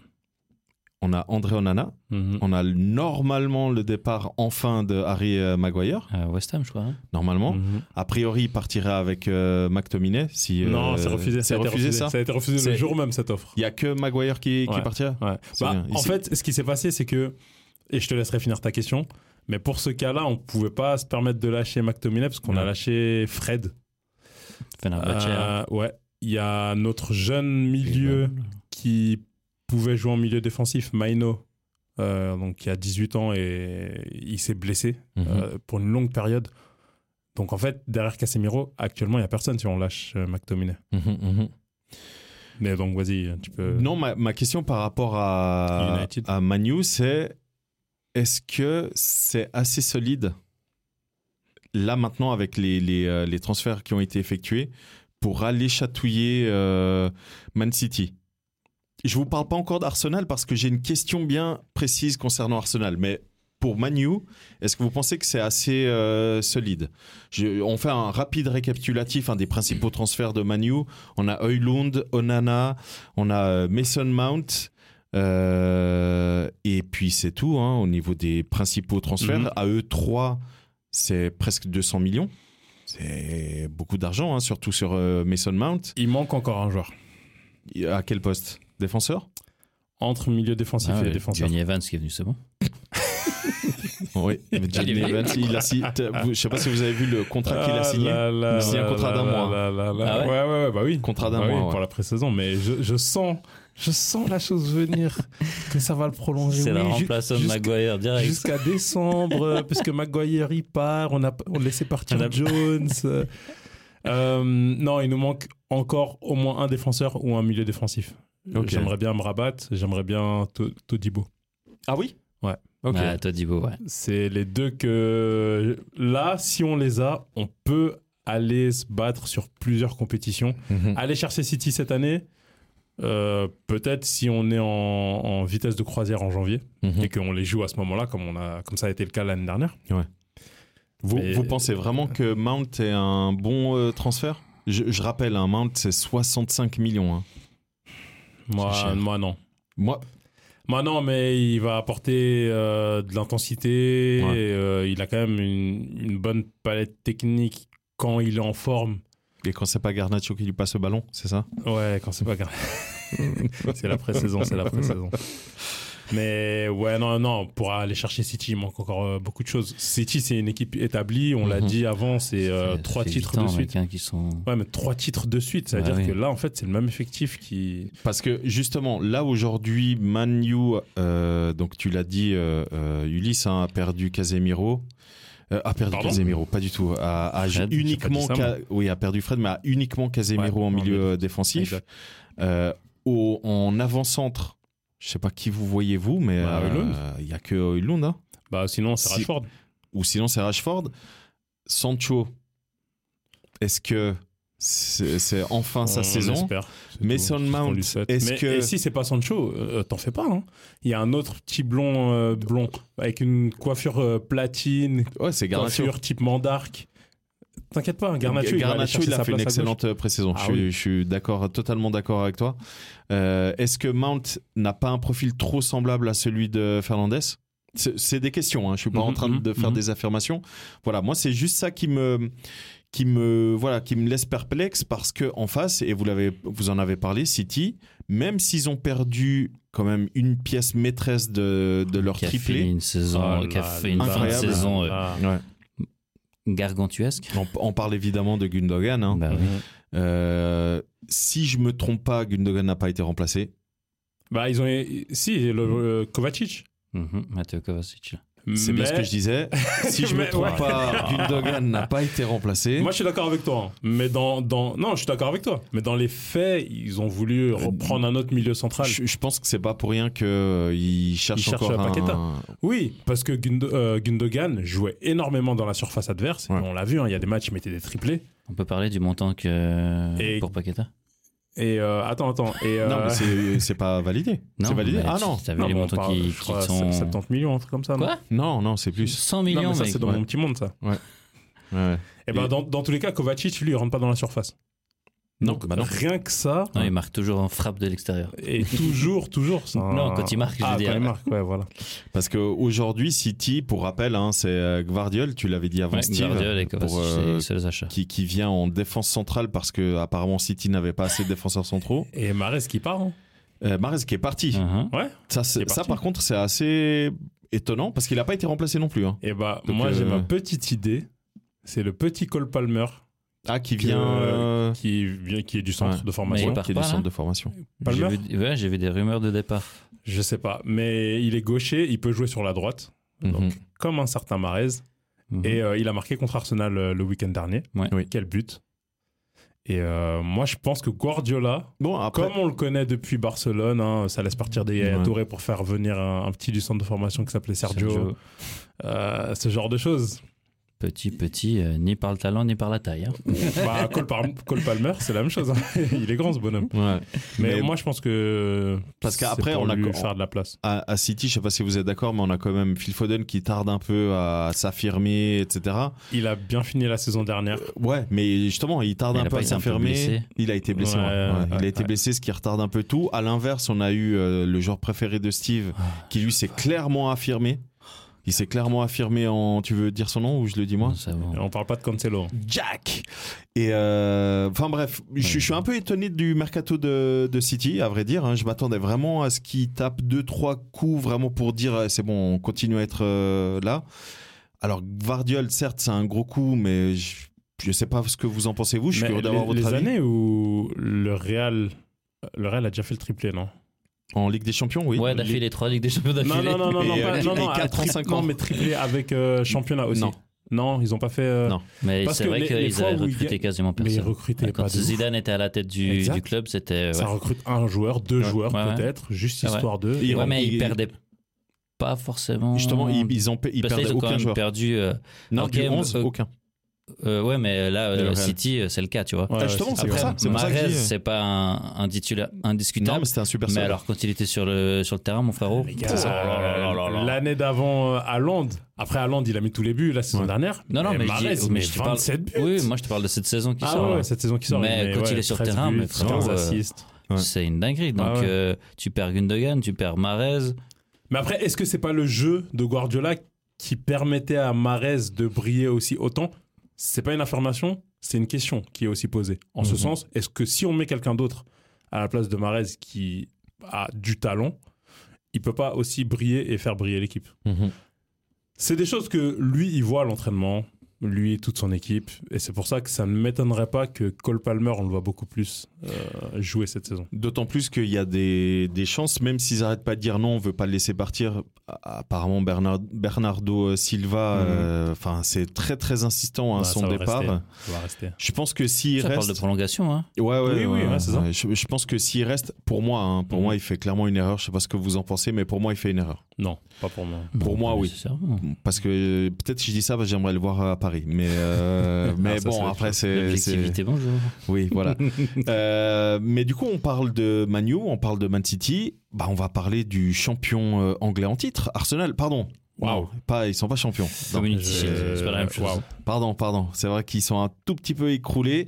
S3: on a André Onana,
S2: Mhm.
S3: on a normalement le départ enfin de Harry euh, Maguire,
S4: Euh, West Ham, je crois. hein.
S3: normalement.
S2: Mhm.
S3: A priori, il partirait avec euh, McTominay. Si, euh,
S2: non, c'est refusé.
S3: C'est
S2: a été
S3: refusé, ça
S2: a été refusé le
S3: C'est-
S2: jour même, cette offre.
S3: Il n'y a que Maguire qui, qui
S2: Ouais.
S3: partira
S2: Ouais.
S3: C'est
S2: Bah,
S3: bien.
S2: en
S3: Ici-
S2: fait, ce qui s'est passé, c'est que, et je te laisserai finir ta question, mais pour ce cas-là, on pouvait pas se permettre de lâcher McTominay parce qu'on
S3: Non.
S2: a lâché Fred.
S3: Ah, bah,
S4: Fenerbahçe, hein.
S2: Euh, ouais, il y a notre jeune milieu qui pouvait jouer en milieu défensif, Maino, euh, donc qui a 18 ans et il s'est blessé
S3: Mhm.
S2: euh, pour une longue période. Donc en fait, derrière Casemiro, actuellement, il n'y a personne si on lâche euh, McTominay.
S3: Mhm, mhm.
S2: Mais donc vas-y, tu peux...
S3: Non, ma, ma question par rapport à,
S2: United.
S3: à Manu, c'est est-ce que c'est assez solide là maintenant avec les, les, euh, les transferts qui ont été effectués pour aller chatouiller euh, Man City Je vous parle pas encore d'Arsenal parce que j'ai une question bien précise concernant Arsenal, mais pour Manu, est-ce que vous pensez que c'est assez euh, solide Je- On fait un rapide récapitulatif hein, des principaux transferts de Manu. On a Højlund, Onana, on a euh, Mason Mount, Euh, et puis c'est tout hein, au niveau des principaux transferts.
S2: Mhm.
S3: À eux trois, c'est presque 200 millions. C'est beaucoup d'argent, hein, surtout sur euh, Mason Mount.
S2: Il manque encore un joueur.
S3: À quel poste Défenseur
S2: Entre milieu défensif
S4: Ah
S2: et
S4: ouais,
S2: défenseur.
S4: Johnny Evans qui est venu, c'est bon.
S3: Oui, mais Johnny
S4: Il est-
S3: Evans, il a si- t'as- vous- Je ne sais pas si vous avez vu le contrat qu'il a
S2: Ah
S3: signé. Il a signé un contrat d'un mois. hein.
S4: Ah ouais
S2: ouais, ouais, ouais, bah oui.
S3: Contrat d'un
S2: Bah oui,
S3: mois. ouais.
S2: pour la pré-saison. Mais je, je sens, je sens la chose venir, que ça va le prolonger.
S4: C'est la
S2: Oui, ju-
S4: remplaçante de
S2: jusqu'à-
S4: Maguire direct.
S2: Jusqu'à décembre, euh, parce que Maguire y part, on a, on laissait partir
S4: On a-
S2: Jones. euh. Euh, non, il nous manque encore au moins un défenseur ou un milieu défensif.
S3: Ok.
S2: J'aimerais bien Mrabat, j'aimerais bien To- Todibo.
S3: Ah oui
S2: Ok.
S4: Ah, toi, Dibo, ouais.
S2: C'est les deux que là, si on les a, on peut aller se battre sur plusieurs compétitions.
S3: Mm.
S2: Aller chercher City cette année, euh, peut-être si on est en, en vitesse de croisière en janvier
S3: Mhm.
S2: et qu'on les joue à ce moment-là, comme, on a, comme ça a été le cas l'année dernière.
S3: Vous,
S2: Mais-
S3: vous pensez vraiment que Mount est un bon euh, transfert je, je rappelle, un Mount, c'est 65 millions. hein. C'est
S2: Moi,
S3: cher.
S2: moi non.
S3: Moi,
S2: Moi Bah non, mais il va apporter euh, de l'intensité.
S3: Ouais.
S2: et, euh, il a quand même une, une bonne palette technique quand il est en forme.
S3: et quand c'est pas Garnacho qui lui passe le ballon, c'est ça
S2: Ouais, quand c'est pas grave. c'est la pré-saison, c'est la pré-saison. Mais ouais, non, non, pour aller chercher City, il manque encore euh, beaucoup de choses. City, c'est une équipe établie, on l'a
S3: Mhm.
S2: dit avant, c'est euh,
S4: Ça fait-
S2: trois
S4: ça fait
S2: titres
S4: huit ans,
S2: de suite.
S4: mec, hein, qui sont...
S2: Ouais, mais trois titres de suite, ça veut
S4: Bah
S2: dire
S4: oui.
S2: que là, en fait, c'est le même effectif qui.
S3: Parce que justement, là aujourd'hui, Manu, euh, donc tu l'as dit, euh, euh, Ulysse hein, a perdu Casemiro. Euh, a perdu
S2: Pardon
S3: Casemiro, pas du tout. A, a
S4: Fred,
S3: uniquement,
S2: j'ai pas dit ça,
S3: Ca- oui, a perdu Fred, mais a uniquement Casemiro
S2: Ouais,
S3: en
S2: en
S3: milieu
S2: milieu.
S3: euh, défensif.
S2: Exact.
S3: Euh, au- en avant-centre, je sais pas qui vous voyez vous, mais
S2: Bah,
S3: euh,
S2: Højlund.
S3: il y a que Hoylund.
S2: Bah, sinon, c'est
S3: Si-
S2: Rashford.
S3: ou sinon c'est Rashford. Sancho, est-ce que c'est c'est enfin sa
S2: On
S3: saison
S2: espère. C'est
S3: Mason
S2: tout ce qu'on
S3: Mount,
S2: lui souhaite.
S3: est-ce
S2: Mais-
S3: que-
S2: Et si c'est pas Sancho, euh, t'en fais pas. hein. Il y a un autre petit blond, euh, blond avec une coiffure euh, platine,
S3: Ouais, c'est Garnacho.
S2: coiffure type Mandark. T'inquiète pas, hein, Garnacho, il, va aller
S3: Garnacho,
S2: chercher
S3: il a
S2: sa
S3: fait une
S2: place à gauche.
S3: excellente euh, pré-saison.
S2: Ah
S3: je, suis-
S2: oui.
S3: je suis d'accord, totalement d'accord avec toi. Euh, Est-ce que Mount n'a pas un profil trop semblable à celui de Fernandez C'est c'est des questions. Hein. Je suis pas
S2: Mhm,
S3: en train de
S2: mhm,
S3: faire
S2: mhm.
S3: des affirmations. Voilà, moi c'est juste ça qui me qui me voilà qui me laisse perplexe parce que en face et vous l'avez vous en avez parlé City même s'ils ont perdu quand même une pièce maîtresse de, de leur
S4: Qui a fait
S3: triplé
S4: une saison,
S3: euh,
S2: Oh
S4: qui a
S2: là
S4: fait une fin de
S3: incroyable.
S4: saison euh,
S2: Ah.
S3: Ouais.
S4: gargantuesque.
S3: on, on parle évidemment de Gundogan hein.
S4: Bah oui.
S3: Euh, si je me trompe pas Gundogan n'a pas été remplacé
S2: Bah, ils ont. Si, le, le Kovacic.
S4: Mhm, Matteo Kovacic. là.
S3: C'est bien ce que je disais. Si je me
S2: Mais
S3: trompe
S2: ouais.
S3: pas, Gundogan n'a pas été remplacé.
S2: Moi, je suis d'accord avec toi. hein. Mais dans, dans. Non, je suis d'accord avec toi. Mais dans les faits, ils ont voulu
S3: Euh,
S2: reprendre un autre milieu central.
S3: je, je pense que c'est pas pour rien que euh, il cherche
S2: Il cherche
S3: encore
S2: un Paqueta.
S3: un.
S2: Oui, parce que Gundo- euh, Gundogan jouait énormément dans la surface adverse.
S3: Ouais.
S2: Et on l'a vu, hein, il y a des matchs, il mettait des triplés.
S4: On peut parler du montant que
S2: Et-
S4: pour Paqueta
S2: Et euh, attends, attends. Et, euh,
S3: Non, mais c'est- c'est pas validé.
S4: Non,
S3: C'est validé.
S4: mais
S3: Ah
S4: tu-
S3: non,
S4: T'as vu
S2: non,
S4: les
S2: mais on
S4: montants
S2: parle,
S4: qui,
S2: je
S4: qui
S2: crois,
S4: sont.
S2: 70 millions, un truc comme ça. non
S4: Quoi
S3: non, non, c'est plus.
S4: 100
S2: Non,
S4: millions,
S2: mais ça,
S4: mec.
S2: c'est dans
S3: ouais.
S2: mon petit monde, ça.
S3: Ouais. Ouais.
S2: Et ben,
S3: Et-
S2: dans, dans tous les cas, Kovacic, lui, il rentre pas dans la surface.
S3: Non,
S2: Donc,
S3: bah non.
S2: rien que ça.
S4: Non, il marque toujours en frappe de l'extérieur.
S2: Et toujours, toujours. c'est un-
S4: Non, quand il marque, je
S2: Ah,
S4: veux
S2: quand
S4: dire. euh,
S2: il marque, ouais, voilà.
S3: Parce qu'aujourd'hui, City, pour rappel, hein, c'est euh, Gvardiol, tu l'avais dit avant
S4: Ouais,
S3: Steve,
S4: Guardiola et
S3: pour,
S4: Kovacic,
S3: euh,
S4: c'est les seuls achats.
S3: qui, qui vient en défense centrale parce que apparemment City n'avait pas assez de défenseurs centraux.
S2: Et Marès qui part. hein.
S3: Euh, Mahrez qui est parti.
S4: Mhm.
S3: Ça,
S2: Il
S3: c'est-
S2: est
S3: ça,
S2: parti.
S3: par contre, c'est assez étonnant parce qu'il n'a pas été remplacé non plus. hein.
S2: Et bah,
S3: Donc,
S2: moi, j'ai
S3: euh,
S2: ma petite idée. C'est le petit Cole Palmer
S3: Ah, qui
S2: Que-
S3: vient. euh,
S2: qui, vient- qui est du centre
S3: Ouais.
S2: de
S4: Mais
S2: formation.
S4: il part
S3: qui est
S4: pas,
S3: du
S4: là
S3: centre de formation.
S2: Palmer
S4: J'ai vu, ouais, j'ai vu des rumeurs de départ.
S2: Je sais pas. Mais il est gaucher, il peut jouer sur la droite, Donc,
S3: Mhm.
S2: comme un certain Marez.
S4: Mhm.
S2: Et euh, il a marqué contre Arsenal euh, le week-end dernier.
S4: Ouais.
S3: Oui.
S2: Quel but. Et euh, moi, je pense que Guardiola,
S3: Bon, après,
S2: comme on le connaît depuis Barcelone, hein, ça laisse partir des
S3: Ouais.
S2: Touré pour faire venir un, un petit du centre de formation qui s'appelait Sergio. Euh, ce genre de choses.
S4: petit, petit, euh, ni par le talent, ni par la taille. hein.
S2: Bah, Cole, Par- Cole Palmer, c'est la même chose. hein. Il est grand ce bonhomme. Mais,
S3: Mais-
S2: moi, je pense que
S3: Parce
S2: c'est
S3: qu'après,
S2: pour
S3: on a-
S2: lui
S3: on-
S2: faire de la place.
S3: à, à City, je sais pas si vous êtes d'accord, mais on a quand même Phil Foden qui tarde un peu à s'affirmer, etc.
S2: Il a bien fini la saison dernière.
S3: Ouais, mais justement, il tarde
S4: Mais il
S3: un
S4: a
S3: peu à
S4: pas été un peu
S3: s'affirmer.
S4: blessé
S3: Il a été blessé.
S2: Ouais,
S3: ouais. Ouais,
S2: ouais,
S3: il a été
S2: ouais.
S3: blessé, ce qui retarde un peu tout. À l'inverse, on a eu euh, le joueur préféré de Steve,
S2: Ah.
S3: qui lui s'est clairement affirmé. Il s'est clairement affirmé en. Tu veux dire son nom ou je le dis moi
S4: Ça va.
S2: Et on parle pas de Cancelo.
S3: Jack Et euh, enfin bref, je, je suis un peu étonné du mercato de, de City, à vrai dire. hein. Je m'attendais vraiment à ce qu'il tape deux trois coups vraiment pour dire euh, c'est bon, on continue à être euh, là. Alors Guardiol, certes, c'est un gros coup, mais je, je sais pas ce que vous en pensez vous. Je suis
S2: Mais
S3: curieux d'avoir
S2: les,
S3: votre
S2: les
S3: avis.
S2: années où le Real, le Real a déjà fait le triplé, non
S3: En Ligue des Champions, oui.
S4: ouais, d'affilée, les trois Ligues des Champions d'affilée.
S2: Non, non, non, non,
S3: Et,
S2: non, pas-
S3: euh,
S2: non, non,
S3: et
S2: à
S3: quatre ans,
S2: tri-
S3: cinq
S2: non,
S3: ans.
S2: mais triplé avec euh, championnat aussi.
S3: Non.
S2: Non, ils ont pas fait. euh,
S3: Non.
S4: Mais
S2: Parce
S4: c'est
S2: que
S4: vrai
S2: les- les
S4: qu'ils
S2: fois
S4: avaient
S2: où il
S4: recruté
S2: gagne-
S4: quasiment
S2: mais ils
S4: personne.
S2: recrutaient
S4: Quand
S2: pas. de ouf.
S4: Zidane était à la tête du,
S2: Exact.
S4: du club, c'était.
S2: Ça
S4: ouais.
S2: recrute un joueur, deux
S3: Ouais.
S2: joueurs
S4: Ouais.
S2: peut-être, juste
S4: Ouais.
S2: histoire de.
S3: Et-
S4: Ouais, mais ils
S3: il-
S4: perdaient pas forcément.
S3: Justement, ils, ils ont, pe- ils
S4: Parce que là,
S3: perdaient
S4: ils ont quand
S3: aucun
S4: même
S3: joueur.
S4: perdu. euh,
S3: Non,
S4: Ok,
S3: du
S4: on-
S3: 11,
S4: euh,
S3: aucun. Ah,
S4: euh, ouais, mais là,
S3: Le
S4: euh,
S3: Real.
S4: City, euh, c'est le cas, tu vois.
S2: Ouais, ouais,
S3: justement,
S2: c'est-
S3: c'est pour
S2: c'est
S3: ça,
S2: vrai.
S3: c'est pour ça que je
S4: Mahrez,
S3: dis- euh,
S4: c'est pas un, un titulaire
S3: Non,
S4: indiscutable.
S3: mais Ah, c'était un super
S4: mais
S3: sub.
S4: alors, quand il était sur le, sur le terrain, mon frérot.
S2: Les gars,
S3: C'est ça.
S4: Oh
S2: euh, L'année d'avant, euh, Haaland. Après, Haaland, il a mis tous les buts la saison
S3: Ouais.
S2: dernière.
S4: Non, non, mais,
S2: Mahrez,
S4: je dis,
S2: il
S4: mais
S2: met
S4: je te parle.
S2: 27 buts.
S4: Oui, moi, je te parle de cette saison qui
S2: ah,
S4: sort.
S2: ouais,
S4: là.
S2: cette saison qui sort.
S4: Mais
S2: il met,
S4: quand
S2: ouais,
S4: il est sur
S2: 13
S4: terrain,
S2: buts,
S4: mais frérot,
S2: 15
S4: euh,
S2: assists.
S3: Ouais.
S4: C'est une dinguerie. Donc,
S2: Ah ouais.
S4: euh, tu perds Gundogan, tu perds Marez.
S2: Mais après, est-ce que c'est pas le jeu de Guardiola qui permettait à Marez de briller aussi autant C'est pas une affirmation, c'est une question qui est aussi posée. En ce
S4: Mhm.
S2: sens, est-ce que si on met quelqu'un d'autre à la place de Marez qui a du talent, il peut pas aussi briller et faire briller l'équipe
S3: Mhm.
S2: C'est des choses que lui, il voit à l'entraînement, lui et toute son équipe. Et c'est pour ça que ça ne m'étonnerait pas que Cole Palmer, on le voit beaucoup plus euh, jouer cette saison.
S3: D'autant plus qu'il y a des, des chances, même s'ils n'arrêtent pas de dire non, on veut pas le laisser partir. Apparemment, Bernard- Bernardo Silva,
S2: Mhm.
S3: euh, enfin, c'est très très insistant à
S2: Ouais,
S3: son
S2: Bah, ça va
S3: départ.
S2: rester. Ça va rester.
S3: Je pense que s'il
S4: Ça parle de
S3: reste,
S4: prolongation, hein.
S3: ouais, ouais,
S2: Oui, oui,
S3: ouais,
S2: ouais, c'est ça.
S3: ouais. Je, je pense que s'il reste, pour moi, hein, pour
S2: Mhm.
S3: moi, il fait clairement une erreur. Je sais pas ce que vous en pensez, mais pour moi, il fait une erreur.
S2: Non, pas pour moi.
S3: Pour
S4: Non,
S3: moi,
S4: pas
S3: oui.
S4: nécessairement.
S3: Parce que euh, peut-être si je dis ça, bah, j'aimerais le voir à Paris. Mais euh, mais
S2: Ah, ça, ça
S3: bon,
S2: va être
S3: après c'est c'est-
S4: L'objectivité, bonjour.
S3: Oui, voilà. Euh, mais du coup, on parle de Manu, on parle de Man City. Bah, on va parler du champion euh, anglais en titre, Arsenal. Pardon.
S2: Waouh.
S3: Pas, ils sont pas champions. Non. Euh,
S4: Community
S2: je-
S4: Shield, c'est pas la même chose.
S2: waouh.
S3: Pardon, pardon. C'est vrai qu'ils sont un tout petit peu écroulés.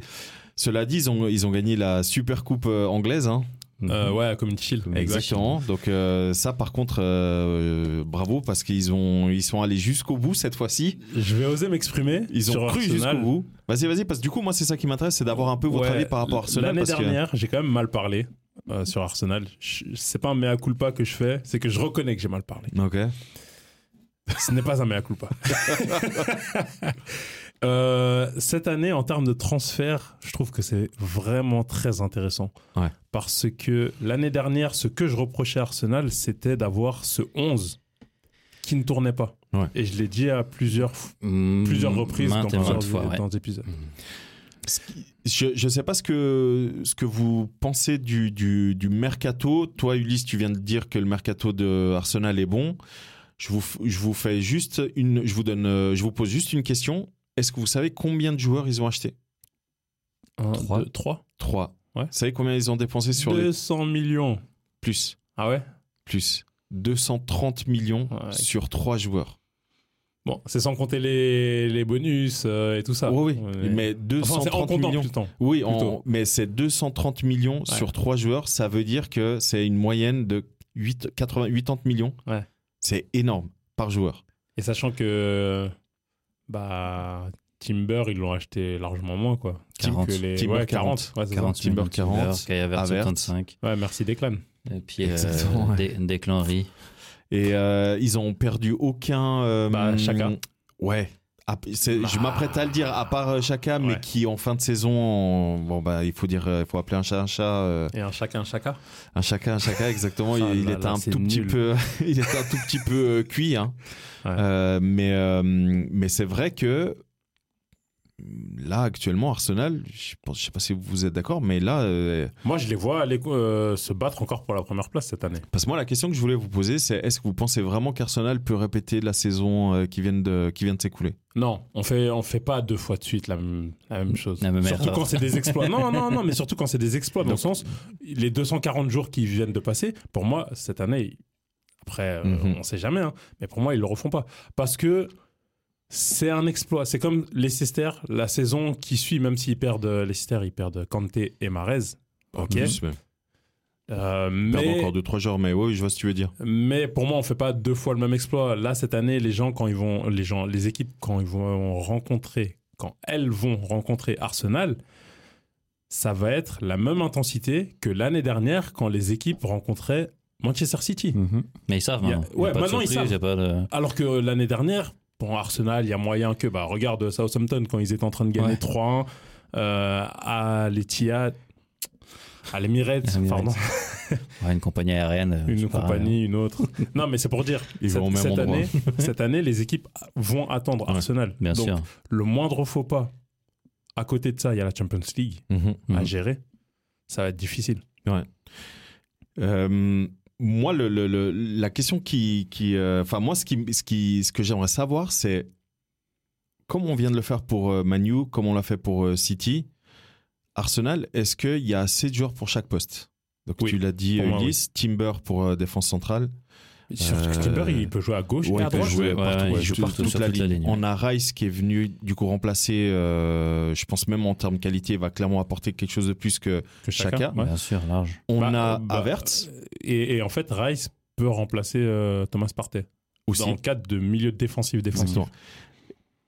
S3: Cela dit, ils ont, ils ont gagné la Super Coupe euh, anglaise. hein.
S2: Euh, ouais, comme une chill.
S3: Exactement. Donc euh, ça, par contre, euh, bravo parce qu'ils ont, ils sont allés jusqu'au bout cette fois-ci.
S2: Je vais oser m'exprimer.
S3: Ils
S2: sur
S3: ont cru
S2: Arsenal.
S3: jusqu'au bout. Vas-y, vas-y. Parce que du coup, moi, c'est ça qui m'intéresse, c'est d'avoir un peu votre
S2: Ouais,
S3: avis par rapport à Arsenal.
S2: L'année
S3: parce que-
S2: dernière, j'ai quand même mal parlé euh, sur Arsenal. Je- C'est pas un mea culpa que je fais, c'est que je reconnais que j'ai mal parlé.
S3: Ok.
S2: Ce n'est pas un mea culpa. Euh, cette année, en termes de transfert, je trouve que c'est vraiment très intéressant.
S3: Ouais.
S2: Parce que l'année dernière, ce que je reprochais à Arsenal, c'était d'avoir ce 11 qui ne tournait pas.
S3: Ouais.
S2: Et je l'ai dit à plusieurs, f-
S4: Mmh,
S2: plusieurs reprises
S4: maintes et
S2: dans,
S4: maintes
S2: plusieurs-
S4: fois, ouais.
S2: dans des épisodes.
S3: Je je sais pas ce que, ce que vous pensez du, du, du mercato. Toi, Ulysse, tu viens de dire que le mercato de Arsenal est bon. Je vous, f- je vous fais juste une, je vous donne, euh, je vous pose juste une question. Est-ce que vous savez combien de joueurs ils ont acheté
S2: Un,
S4: Trois.
S2: deux, trois.
S3: Trois.
S2: Ouais.
S3: Vous savez combien ils ont dépensé sur les
S2: 200 millions.
S3: plus,
S2: Ah ouais
S3: plus 230 millions
S2: Ouais.
S3: sur trois joueurs.
S2: Bon, c'est sans compter les, les bonus euh, et tout ça.
S3: oui, oui.
S2: Ouais.
S3: Mais
S2: Enfin,
S3: 230
S2: c'est en comptant
S3: millions.
S2: tout le temps.
S3: Oui, en-
S2: Plutôt.
S3: mais c'est 230 millions sur trois joueurs. Ça veut dire que c'est une moyenne de 8, 80, 80 millions.
S2: Ouais.
S3: C'est énorme par joueur.
S2: Et sachant que bah Timber, ils l'ont acheté largement moins quoi.
S4: 40.
S2: Que les...
S3: Timber,
S2: ouais,
S3: 40.
S2: 40. Ouais, c'est ça.
S4: 40
S3: Timber
S4: minutes,
S3: 40,
S4: Timber, Kaya Havertz,
S3: Havertz.
S4: 75.
S2: Ouais, merci Declan.
S4: Et puis,
S3: Exactement, ouais.
S4: euh, Dec- Declan Rice.
S3: Et euh, ils ont perdu aucun. euh,
S2: Bah, Chaka.
S3: Ouais. Ah, c'est- Je
S2: Ah.
S3: m'apprête à le dire, à part euh, Chaka, mais
S2: Ouais.
S3: qui en fin de saison, en- bon bah il faut dire, euh, il faut appeler un chat un chat, euh,
S2: Et un chacun chacun.
S3: un chacun un chacun exactement.
S2: Ah
S3: il
S2: là
S3: était
S2: là,
S3: un
S2: c'est
S3: tout petit
S2: nul.
S3: peu, il était un tout petit peu euh, cuit, hein.
S2: Ouais.
S3: Euh, mais euh, mais c'est vrai que là, actuellement, Arsenal, je ne sais pas si vous êtes d'accord, mais là, euh,
S2: Moi, je les vois aller euh, se battre encore pour la première place cette année.
S3: parce que moi, la question que je voulais vous poser, c'est est-ce que vous pensez vraiment qu'Arsenal peut répéter la saison euh, qui vient de, qui vient de s'écouler
S2: Non, on fait on fait pas deux fois de suite la même, la même chose.
S4: La même
S2: surtout
S4: erreur.
S2: quand c'est des exploits. Non, non, non, mais surtout quand c'est des exploits. Dans le
S3: Donc-
S2: sens, les 240 jours qui viennent de passer, pour moi, cette année, après, euh,
S3: Mhm.
S2: on sait jamais, hein, mais pour moi, ils le refont pas. Parce que c'est un exploit. C'est comme Leicester, la saison qui suit, même s'ils perdent euh, Leicester, ils perdent Kanté et Marez. Ok.
S3: Plus, mais-
S2: Euh,
S3: Perdre
S2: mais,
S3: encore 2-3 joueurs, mais oui, je vois ce que tu veux dire.
S2: mais pour moi, on fait pas deux fois le même exploit. Là, cette année, les gens, quand ils vont, les gens, les équipes, quand ils vont rencontrer, quand elles vont rencontrer Arsenal, ça va être la même intensité que l'année dernière quand les équipes rencontraient Manchester City.
S3: Mhm.
S4: Mais ils savent
S2: Il y a-
S4: maintenant. Il y a
S2: ouais,
S4: pas de
S2: maintenant, ils
S4: surprise, il y a pas de-
S2: Alors que l'année dernière, pour Arsenal, il y a moyen que, bah, regarde Southampton quand ils étaient en train de gagner
S4: Ouais.
S2: 3-1 euh, à l'Etihad, à l'Emirates,
S4: À l'Emirates.
S2: pardon,
S4: Ouais, une compagnie aérienne. euh, je sais
S2: une
S4: pas,
S2: compagnie, une autre. Non, mais c'est pour dire,
S3: Ils
S2: cette,
S3: vont au même
S2: cette
S3: endroit.
S2: année, cette année, les équipes vont attendre
S3: Ouais,
S2: Arsenal.
S4: euh, Bien
S2: Donc,
S4: sûr.
S2: le moindre faux pas, à côté de ça, il y a la Champions League à
S3: Mm.
S4: Mhm.
S2: gérer. Ça va être difficile.
S3: Euh, moi, le, le- le- la question qui, qui, euh, enfin moi, ce qui, ce qui, ce que j'aimerais savoir, c'est comme on vient de le faire pour euh, Manu, comme on l'a fait pour euh, City, Arsenal, est-ce qu'il y a assez de joueurs pour chaque poste Donc
S2: Oui,
S3: tu l'as dit,
S2: pour moi,
S3: Ulysse, Timber pour euh, défense centrale.
S2: Surtout que Timber, il peut jouer à gauche
S3: Euh, Ouais,
S2: et à
S3: il peut
S2: droite.
S3: jouer
S4: Ouais,
S3: partout,
S4: ouais,
S3: ouais,
S4: il joue
S3: toute-
S4: partout,
S3: toute
S4: sur
S3: la
S4: toute la
S3: ligne.
S4: ligne, ouais.
S3: On a Rice qui est venu du coup remplacer. euh, je pense même en termes qualité, il va clairement apporter quelque chose de plus que.
S2: Que
S3: Chaka,
S2: ouais.
S4: Bien sûr, large.
S3: On
S2: Bah,
S3: a
S2: bah,
S3: Havertz
S2: Et, et en fait, Rice peut remplacer euh, Thomas Partey
S3: aussi.
S2: dans le cadre de milieu défensif défensif.
S3: Exactement.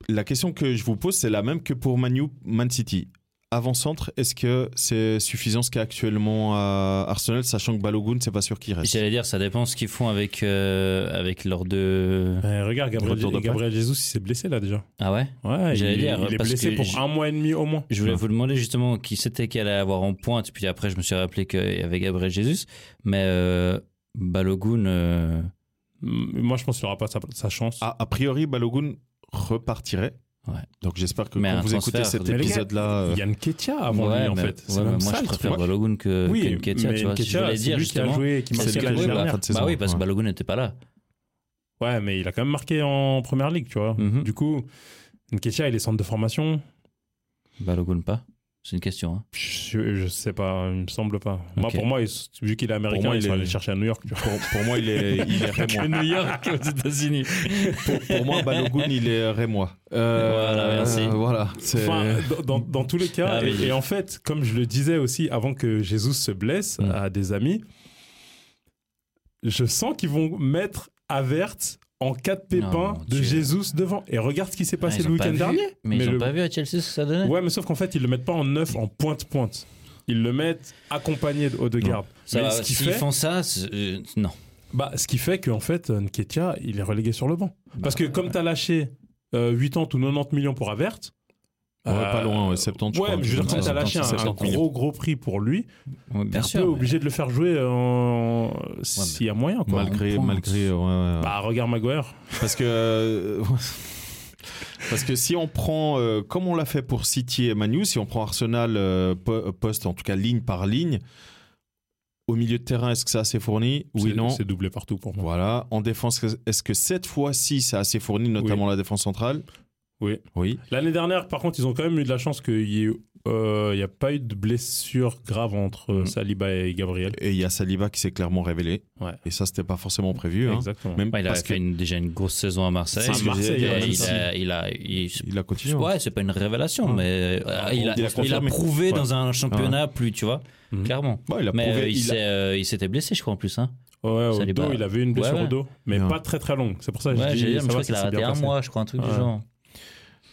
S3: La question que je vous pose, c'est la même que pour Manu, Man City. Avant-centre, est-ce que c'est suffisant ce qu'a actuellement à Arsenal, sachant que Balogun, c'est pas sûr qu'il reste
S4: J'allais dire, ça dépend ce qu'ils font avec, euh, avec leurs deux.
S2: Ben, regarde Gabriel,
S3: Retour de Pau.
S2: Gabriel Jesus, il s'est blessé là déjà.
S4: Ah ouais
S2: Ouais, il,
S4: J'allais dire,
S2: il est
S4: parce
S2: blessé
S4: que
S2: pour
S4: j-
S2: un mois et demi au moins.
S4: Je voulais vous demander justement qui c'était qui allait avoir en pointe, puis après je me suis rappelé qu'il y avait Gabriel Jesus, mais euh, Balogun, euh,
S2: Mm, Moi, je pense qu'il n'aura pas sa, sa chance.
S4: Ah,
S3: a, a priori, Balogun repartirait.
S4: Ouais.
S3: Donc j'espère que
S4: Mais
S3: quand
S4: un
S3: vous écoutez
S4: transfert,
S3: cet
S2: les
S4: mais
S2: gars,
S3: épisode-là, euh,
S2: Yann Ketia avant
S4: ouais,
S2: lui, en
S4: mais-
S2: fait. C'est
S4: ouais,
S2: même
S4: mais moi
S2: ça,
S4: je
S2: le
S4: préfère
S2: truc.
S4: Balogun que
S2: Oui,
S4: que Nketiah,
S2: mais
S4: tu vois. Si je
S2: Nketiah,
S4: voulais
S2: c'est
S4: dire
S2: lui qui a
S4: justement.
S2: joué et qui
S4: c'est
S2: marquait
S4: lui qui a
S2: l'année
S4: joué,
S3: la
S2: dernière.
S3: fin de saison.
S4: Bah oui, parce que
S3: Ouais.
S4: Balogun n'était pas là.
S2: Ouais, mais il a quand même marqué en première ligue, tu vois.
S4: Mhm.
S2: Du coup, Nketia, il est centre de formation.
S4: Balogun pas C'est une question. hein.
S2: Je, je sais pas, il me semble pas. Moi,
S4: Ok.
S2: pour moi, il- vu qu'il est américain,
S3: moi,
S2: il
S3: il
S2: est
S3: est-
S2: allé chercher à New York. tu vois.
S3: pour, pour moi, il est, il est rémois.
S4: New York aux États-Unis.
S3: Pour, pour moi, Balogun, il est rémois. Euh,
S4: Voilà, merci.
S3: voilà, c'est-
S2: Enfin, dans, dans- dans tous les cas,
S4: Ah
S2: et,
S4: oui.
S2: et en fait, comme je le disais aussi avant que Jésus se blesse
S4: Mm.
S2: à des amis, je sens qu'ils vont mettre Avert en cas de pépin
S4: Non, Ah,
S2: de
S4: tu-
S2: Jésus devant. Et regarde ce qui s'est passé le week-end dernier.
S4: Mais,
S2: Mais
S4: ils n'ont
S2: le-
S4: pas vu à Chelsea ce que ça donnait.
S2: Ouais, mais sauf qu'en fait, ils le mettent pas en neuf, en pointe-pointe. Ils le mettent accompagné de Odegaard.
S4: Ça
S2: mais
S4: va,
S2: ce qui
S4: S'ils
S2: fait,
S4: font ça, c'est- euh, non.
S2: bah, ce qui fait qu'en fait, Nketia, il est relégué sur le banc. Parce
S4: Bah.
S2: que comme tu as lâché euh, 80 ou 90 millions pour euh, Avert,
S3: Ouais, pas loin, ouais, 70, je
S2: ouais,
S3: crois.
S2: mais je veux dire,
S3: comme
S2: quand
S3: ça.
S2: t'as lâché un,
S3: 70
S2: un
S3: millions.
S2: gros gros prix pour lui,
S4: Ouais, bien
S2: t'es
S4: sûr.
S2: un peu
S4: mais-
S2: obligé de le faire jouer en... s'il y a moyen. Quoi.
S3: Malgré,
S4: en pointe.
S3: malgré, ouais, ouais, ouais.
S2: Bah, regarde Maguire.
S3: Parce que. euh, Parce que si on prend, euh, comme on l'a fait pour City et Manu, si on prend Arsenal euh, po- euh, poste, en tout cas ligne par ligne, au milieu de terrain, est-ce que c'est assez fourni Oui,
S2: C'est-
S3: non.
S2: C'est doublé partout pour moi.
S3: Voilà. En défense, est-ce que cette fois-ci, c'est assez fourni, notamment la défense centrale
S2: Oui.
S3: Oui.
S2: L'année dernière, par contre, ils ont quand même eu de la chance qu'il n'y ait euh, il y a pas eu de blessure grave entre euh,
S4: Mhm.
S2: Saliba et Gabriel.
S3: Et il y a Saliba qui s'est clairement révélé.
S2: Ouais.
S3: Et ça, c'était pas forcément prévu. hein.
S2: Exactement.
S3: Même
S4: Ouais, il a
S3: parce
S4: fait
S3: que-
S4: une- déjà une grosse saison à Marseille.
S2: C'est
S4: Et
S2: Marseille,
S4: il a-
S2: ouais,
S4: il
S2: même
S4: a- il a- il-
S3: hein. Il a continué. hein.
S4: Ouais, c'est pas une révélation,
S2: Ouais.
S4: mais euh, il, a,
S3: il a
S4: il a
S3: confirmé.
S4: prouvé
S2: Ouais.
S4: dans un championnat plus, tu vois,
S2: Mhm.
S4: clairement.
S3: Ouais, il a
S4: Mais
S3: prouvé-
S4: euh, il,
S3: il a-
S4: s'est, euh, il s'était blessé, je crois, en plus. Hein.
S2: Ouais, au
S4: Saliba.
S2: dos, il avait une blessure
S4: Ouais, ouais.
S2: au dos, mais
S3: Ouais.
S2: pas très très longue. C'est pour ça que
S4: Ouais,
S2: je
S4: j'ai
S2: dis
S4: dit,
S2: ça
S4: je
S2: va,
S4: crois
S2: ça
S4: qu'il a
S2: s'est
S4: raté
S2: bien
S4: un
S2: passé.
S4: mois, je crois, un truc
S2: Ouais.
S4: du genre.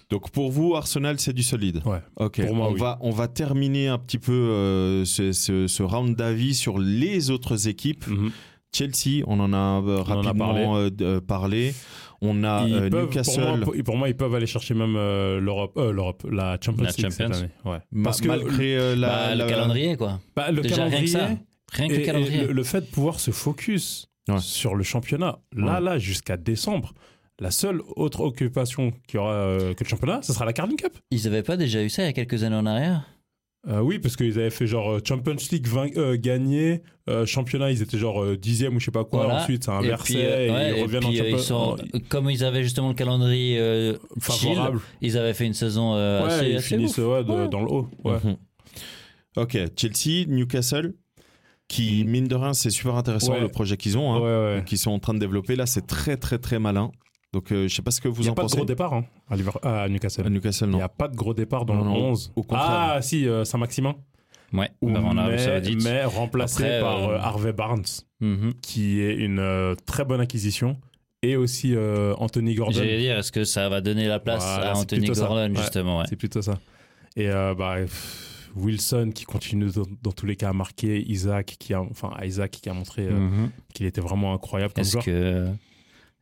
S3: Donc pour vous, Arsenal, c'est du solide.
S2: Ouais.
S3: Ok,
S2: Pour moi,
S3: on,
S2: oui.
S3: va, on va terminer un petit peu euh, ce, ce- ce round d'avis sur les autres équipes.
S2: Mhm.
S3: Chelsea, on en a euh,
S2: en a
S3: rapidement
S2: parlé.
S3: euh, d- euh, parlé. On a
S2: Ils
S3: euh,
S2: peuvent,
S3: Newcastle.
S2: Pour moi, pour- pour moi, ils peuvent aller chercher même euh, l'Europe, euh, l'Europe, la Champions
S4: La
S2: League cette
S4: Champions.
S2: année. Ouais.
S3: ma-
S2: Parce que
S3: malgré euh, la,
S4: Bah,
S3: la-
S4: Le calendrier, quoi.
S2: bah, le
S4: Déjà, rien que
S2: calendrier,
S4: ça. Rien que
S2: et-
S4: le
S2: et
S4: calendrier.
S2: le, le fait de pouvoir se focus
S3: Ouais.
S2: sur le championnat, là,
S3: Ouais.
S2: là, jusqu'à décembre, la seule autre occupation qu'il y aura euh, que le championnat, ce sera la Carling Cup.
S4: Ils n'avaient pas déjà eu ça il y a quelques années en arrière
S2: Euh, oui, parce qu'ils avaient fait genre euh, Champions League vain- euh, gagné, euh, championnat, ils étaient genre euh, dixième ou je sais pas quoi,
S4: Voilà.
S2: ensuite c'est
S4: Et
S2: inversé,
S4: puis, euh,
S2: et
S4: ouais,
S2: ils
S4: et
S2: reviennent
S4: puis, euh,
S2: en
S4: ils sont-
S2: championnat
S4: Comme ils avaient justement le calendrier euh, chill,
S2: favorable.
S4: ils avaient fait une saison euh,
S2: Ouais,
S4: assez,
S2: ils
S4: assez
S2: finissent
S4: ouf.
S2: ouais, de-
S4: Ouais.
S2: dans le haut. Ouais.
S3: Mhm. Ok, Chelsea, Newcastle, qui mine de rien, c'est super intéressant
S2: Mm. Ouais.
S3: le projet qu'ils ont, hein,
S2: Ouais, ouais.
S3: qui sont en train de développer. Là, c'est très très très malin. Donc, euh, je sais pas ce que
S2: Il
S3: vous
S2: n'y a
S3: en
S2: pas de
S3: pensez.
S2: gros départ hein, à, Liver- à
S3: À
S2: Newcastle.
S3: Newcastle,
S2: Il
S3: non.
S2: n'y a pas de gros départ dans
S3: Non,
S2: le
S3: non,
S2: 11.
S3: au contraire.
S2: Ah si, euh, Saint-Maximin.
S4: Ouais, bah, en Arabie
S2: mais,
S4: Saoudite.
S2: mais remplacé
S4: Après,
S2: par
S4: euh,
S2: euh, Harvey Barnes,
S4: Mhm.
S2: qui est une euh, très bonne acquisition, et aussi euh, Anthony Gordon.
S4: J'allais dire, est-ce que ça va donner la place
S2: Voilà,
S4: à
S2: c'est
S4: Anthony
S2: plutôt ça.
S4: Gordon,
S2: Ouais.
S4: justement ouais.
S2: C'est plutôt ça. Et euh, bah, pff, Wilson qui continue dans, dans tous les cas à marquer, Isaac qui a, enfin Isaac qui a montré euh,
S4: Mhm.
S2: qu'il était vraiment incroyable comme
S4: Est-ce
S2: joueur.
S4: que,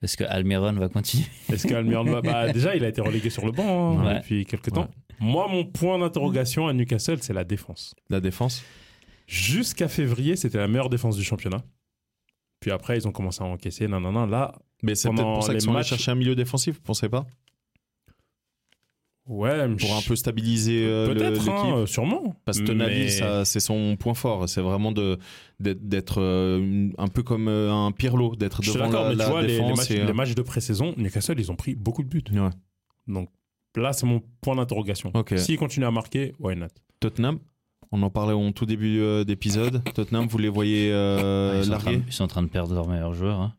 S4: est que Almiron va continuer
S2: Est-ce qu'Almiron va- bah, déjà il a été relégué sur le banc hein,
S4: Ouais.
S2: depuis quelques temps. Moi mon point d'interrogation à Newcastle c'est la défense.
S3: La défense.
S2: Jusqu'à février c'était la meilleure défense du championnat. Puis après ils ont commencé à encaisser, nanana. Là
S3: Mais c'est peut-être
S2: Pendant
S3: pour ça
S2: les
S3: qu'ils sont allés
S2: matchs-
S3: chercher un milieu défensif, vous pensez pas
S2: ouais
S3: Pour un
S2: je-
S3: peu stabiliser euh, le-
S2: peut-être
S3: l'équipe.
S2: hein, euh, sûrement.
S3: Parce que Tonali,
S2: Mais-
S3: ça, c'est son point fort. C'est vraiment de, d'être, d'être, euh, une- un peu comme euh, un Pirlo, d'être
S2: Je suis
S3: devant
S2: d'accord,
S3: la,
S2: mais
S3: la
S2: tu vois, les, les
S3: défense.
S2: matchs,
S3: et, euh,
S2: les matchs de pré-saison, Newcastle, ils ont pris beaucoup de buts.
S3: Ouais.
S2: Donc là, c'est mon point d'interrogation.
S3: Ok.
S2: S'ils continuent à marquer, why not
S3: Tottenham, on en parlait au tout début euh, d'épisode. Tottenham, vous les voyez euh,
S4: Ah, ils, sont en train,
S3: larguer
S4: de- ils sont en train de perdre leur meilleur joueur. hein.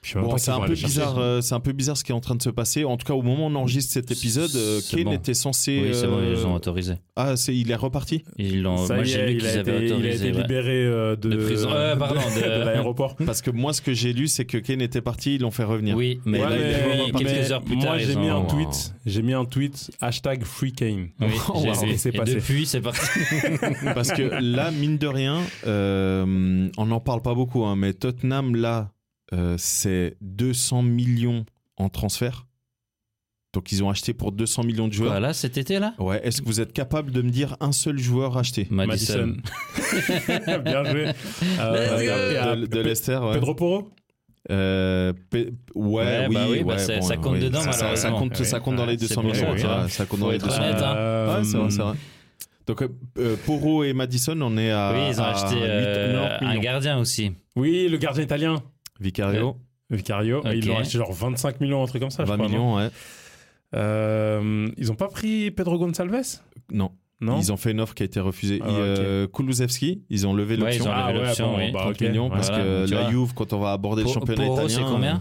S2: Je sais même
S3: Bon,
S2: pas
S3: c'est
S2: qui
S3: un
S2: va
S3: peu
S2: aller chercher.
S3: bizarre. euh, c'est un peu bizarre ce qui est en train de se passer. En tout cas, au moment où on enregistre cet épisode, euh,
S4: C'est
S3: Kane
S4: bon.
S3: était censé.
S4: Oui, c'est bon, ils
S3: euh,
S4: les ont autorisés.
S3: Ah, c'est, il est reparti.
S4: Ils l'ont.
S2: Ça
S4: Moi,
S2: y
S4: j'ai
S2: est,
S4: lu
S2: il a,
S4: qu'ils avaient
S2: été, il a
S4: autorisé.
S2: été
S4: ouais.
S2: libéré euh, de,
S4: De prison. Euh, pardon, de-
S2: de l'aéroport.
S3: Parce que moi, ce que j'ai lu, c'est que Kane était parti. Ils l'ont fait revenir.
S4: Oui, mais,
S2: Ouais,
S4: là,
S2: mais-
S4: oui, quelques
S2: mais
S4: heures plus tard,
S2: moi, j'ai
S4: ils
S2: mis
S4: ont-
S2: un tweet. J'ai mis un tweet hashtag free Kane.
S4: Oui,
S3: Oh,
S4: j'ai
S3: wow.
S4: vu.
S2: Et c'est passé.
S4: depuis, c'est parti.
S3: Parce que là, mine de rien, euh, on n'en parle pas beaucoup, hein, mais Tottenham, là, euh, c'est 200 millions en transfert. Donc, ils ont acheté pour 200 millions de joueurs.
S4: Voilà, cet été là.
S3: Ouais, est-ce que vous êtes capable de me dire un seul joueur acheté
S4: Madison.
S2: Bien joué.
S4: Let's go.
S2: et à-
S3: Euh, de, de Leicester ouais.
S2: Pedro Porro
S3: Euh, Pe- ouais,
S4: Ouais,
S3: oui,
S4: bah oui,
S3: ouais,
S4: bah ça- ça compte dedans,
S3: ça, ça, ça
S4: malheureusement.
S3: compte, ça compte dans les 200
S4: pour
S3: millions.
S4: ça,
S3: ouais,
S4: tu vois.
S3: ça compte dans
S4: Faut
S3: les
S4: être
S3: 200
S4: honnête,
S3: millions.
S4: hein.
S2: Euh,
S3: Ouais, c'est vrai, c'est vrai. Donc, euh, euh, Porro et Madison, on est à.
S4: oui, ils ont
S3: à
S4: acheté
S3: 8,
S4: euh,
S3: 90
S4: un
S3: millions.
S4: gardien aussi.
S2: Oui, le gardien italien.
S3: Vicario,
S2: Vicario,
S4: Ok.
S2: ils l'ont acheté genre 25 millions, un truc comme ça. je
S3: 20
S2: crois, non
S3: millions, ouais.
S2: Euh, ils ont pas pris Pedro Gonçalves
S3: Non.
S2: Non.
S3: Ils ont fait une offre qui a été refusée.
S2: Ah,
S3: Et,
S2: ok.
S3: euh, Kulusevski, ils ont levé
S4: Ouais, ils
S3: l'option.
S4: ont
S3: Ah,
S4: levé l'option, oui.
S2: bah,
S3: 30
S2: ok.
S3: millions parce
S4: Voilà,
S3: que
S4: tu
S3: la
S4: vois.
S3: Juve, quand on va aborder le
S4: Pour-
S3: championnat
S4: pour Euro,
S3: italien,
S4: c'est combien
S3: euh,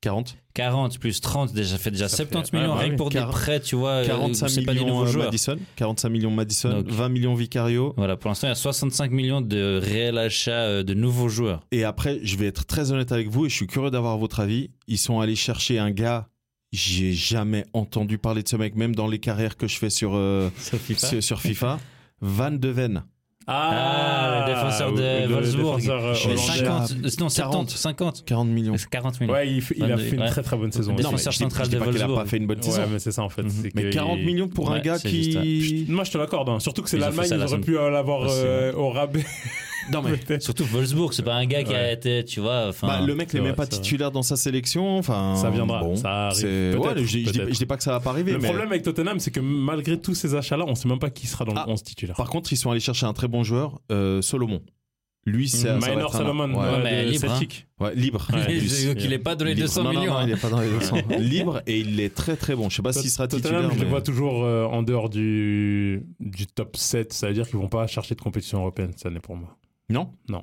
S3: 40.
S4: 40 plus 30, déjà fait déjà
S2: Ça
S4: 70
S2: fait-
S4: millions
S2: ah, bah
S4: rien que
S2: oui.
S4: pour des
S3: Quar-
S4: prêts, tu vois. euh, où
S3: 45
S4: c'est pas des
S3: millions
S4: nouveaux
S3: euh,
S4: joueurs.
S3: Madison, 45 millions Madison,
S4: Donc.
S3: 20 millions Vicario.
S4: Voilà, pour l'instant, il y a 65 millions de réels achats euh, de nouveaux joueurs.
S3: Et après, je vais être très honnête avec vous et je suis curieux d'avoir votre avis. Ils sont allés chercher un gars. J'ai jamais entendu parler de ce mec, même dans les carrières que je fais sur, euh, sur, sur FIFA. Van Deven.
S4: Ah, le défenseur de
S2: le- le
S4: Wolfsburg.
S2: défenseur, euh,
S3: Je
S4: Mais
S3: vais
S2: hollandais.
S3: cinquante.
S4: 50, euh, non,
S3: 40.
S4: 70, 50.
S3: 40 millions.
S4: C'est 40 millions.
S2: Ouais, il, fait- il a
S4: Van de-
S2: fait une
S4: ouais.
S2: très très bonne saison.
S4: Non,
S2: Ouais,
S3: je
S4: mais- défenseur
S3: dis- je dis
S4: central de
S3: pas qu'il a pas
S4: Wolfsburg.
S3: fait une bonne saison.
S2: mais c'est ça en fait.
S4: Mhm.
S2: c'est
S3: Mais
S2: que
S3: 40
S2: il-
S3: millions pour un
S4: Ouais,
S3: gars
S4: c'est juste ça.
S3: qui.
S2: Moi je te l'accorde, hein. surtout que c'est
S4: Ils ont fait
S2: l'Allemagne,
S4: ça
S2: ils
S4: la
S2: auraient
S4: semaine-
S2: pu euh, l'avoir
S4: Aussi,
S2: euh, au rabais.
S3: Non, mais.
S2: peut-être.
S4: Surtout Wolfsburg, c'est pas un gars qui a
S2: Ouais.
S4: été, tu vois. enfin,
S3: Bah, le mec
S2: c'est
S3: n'est même
S2: vrai,
S3: pas
S2: c'est vrai.
S3: titulaire dans sa sélection. Enfin,
S2: Ça viendra,
S3: bon,
S2: ça arrive.
S3: c'est-
S2: Peut-être,
S3: ouais, je, dis- je dis,
S2: peut-être.
S3: je dis pas que ça va pas arriver.
S2: Le
S3: mais-
S2: problème avec Tottenham, c'est que malgré tous ces achats-là, on sait même pas qui sera dans le
S3: Ah.
S2: 11 titulaire.
S3: Par contre, ils sont allés chercher un très bon joueur, euh, Solomon. Lui, c'est ça va
S2: Minor
S3: être un-
S2: Salomon,
S3: ouais.
S2: ouais,
S4: mais
S2: de
S4: libre, hein.
S2: Celtic.
S3: Ouais, libre.
S2: Ouais,
S3: En plus.
S4: Donc, il est pas donné
S3: Libre.
S4: 200
S3: Non, non,
S4: millions.
S3: non,
S4: hein.
S3: il est pas dans les 200. libre et il est très très bon. Je sais pas s'il sera
S2: Tottenham,
S3: titulaire.
S2: je les
S3: mais-
S2: vois toujours euh, en dehors du, du top 7, ça veut dire qu'ils vont pas chercher de compétition européenne cette année pour moi.
S3: Non
S2: Non.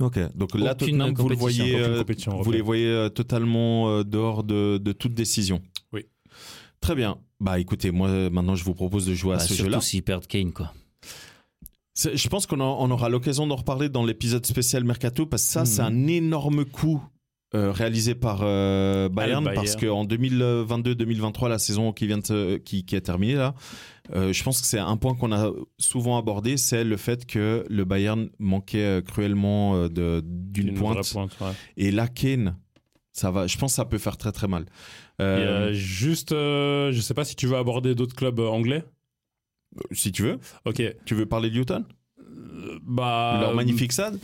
S3: Ok. Donc là,
S4: Aucune
S3: Tottenham, vous le
S4: compétition,
S3: voyez,
S2: Aucune
S3: euh,
S2: compétition
S3: vous les
S2: européenne.
S3: voyez euh, totalement euh, dehors de, de toute décision.
S2: Oui.
S3: Très bien. Bah écoutez, moi euh, maintenant je vous propose de jouer à
S4: Bah,
S3: ce jeu-là.
S4: surtout s'ils perdent Kane, quoi.
S3: C'est- Je pense qu'on en- on aura l'occasion d'en reparler dans l'épisode spécial Mercato parce que ça,
S2: Mhm.
S3: c'est un énorme coup euh, réalisé par euh, Bayern,
S2: Ah, Bayern.
S3: parce qu'en 2022-2023, la saison qui, vient de se- qui, qui est terminée là, euh, je pense que c'est un point qu'on a souvent abordé, c'est le fait que le Bayern manquait euh, cruellement euh, de- d'une
S2: vraie
S3: pointe.
S2: pointe, ouais.
S3: Et là, Kane, ça va, je pense que ça peut faire très très mal. Euh,
S2: Et, euh, juste, euh, je sais pas si tu veux aborder d'autres clubs euh, anglais.
S3: si tu veux,
S2: Ok.
S3: tu veux parler de Newton
S2: Euh, Bah,
S3: Leur magnifique SAD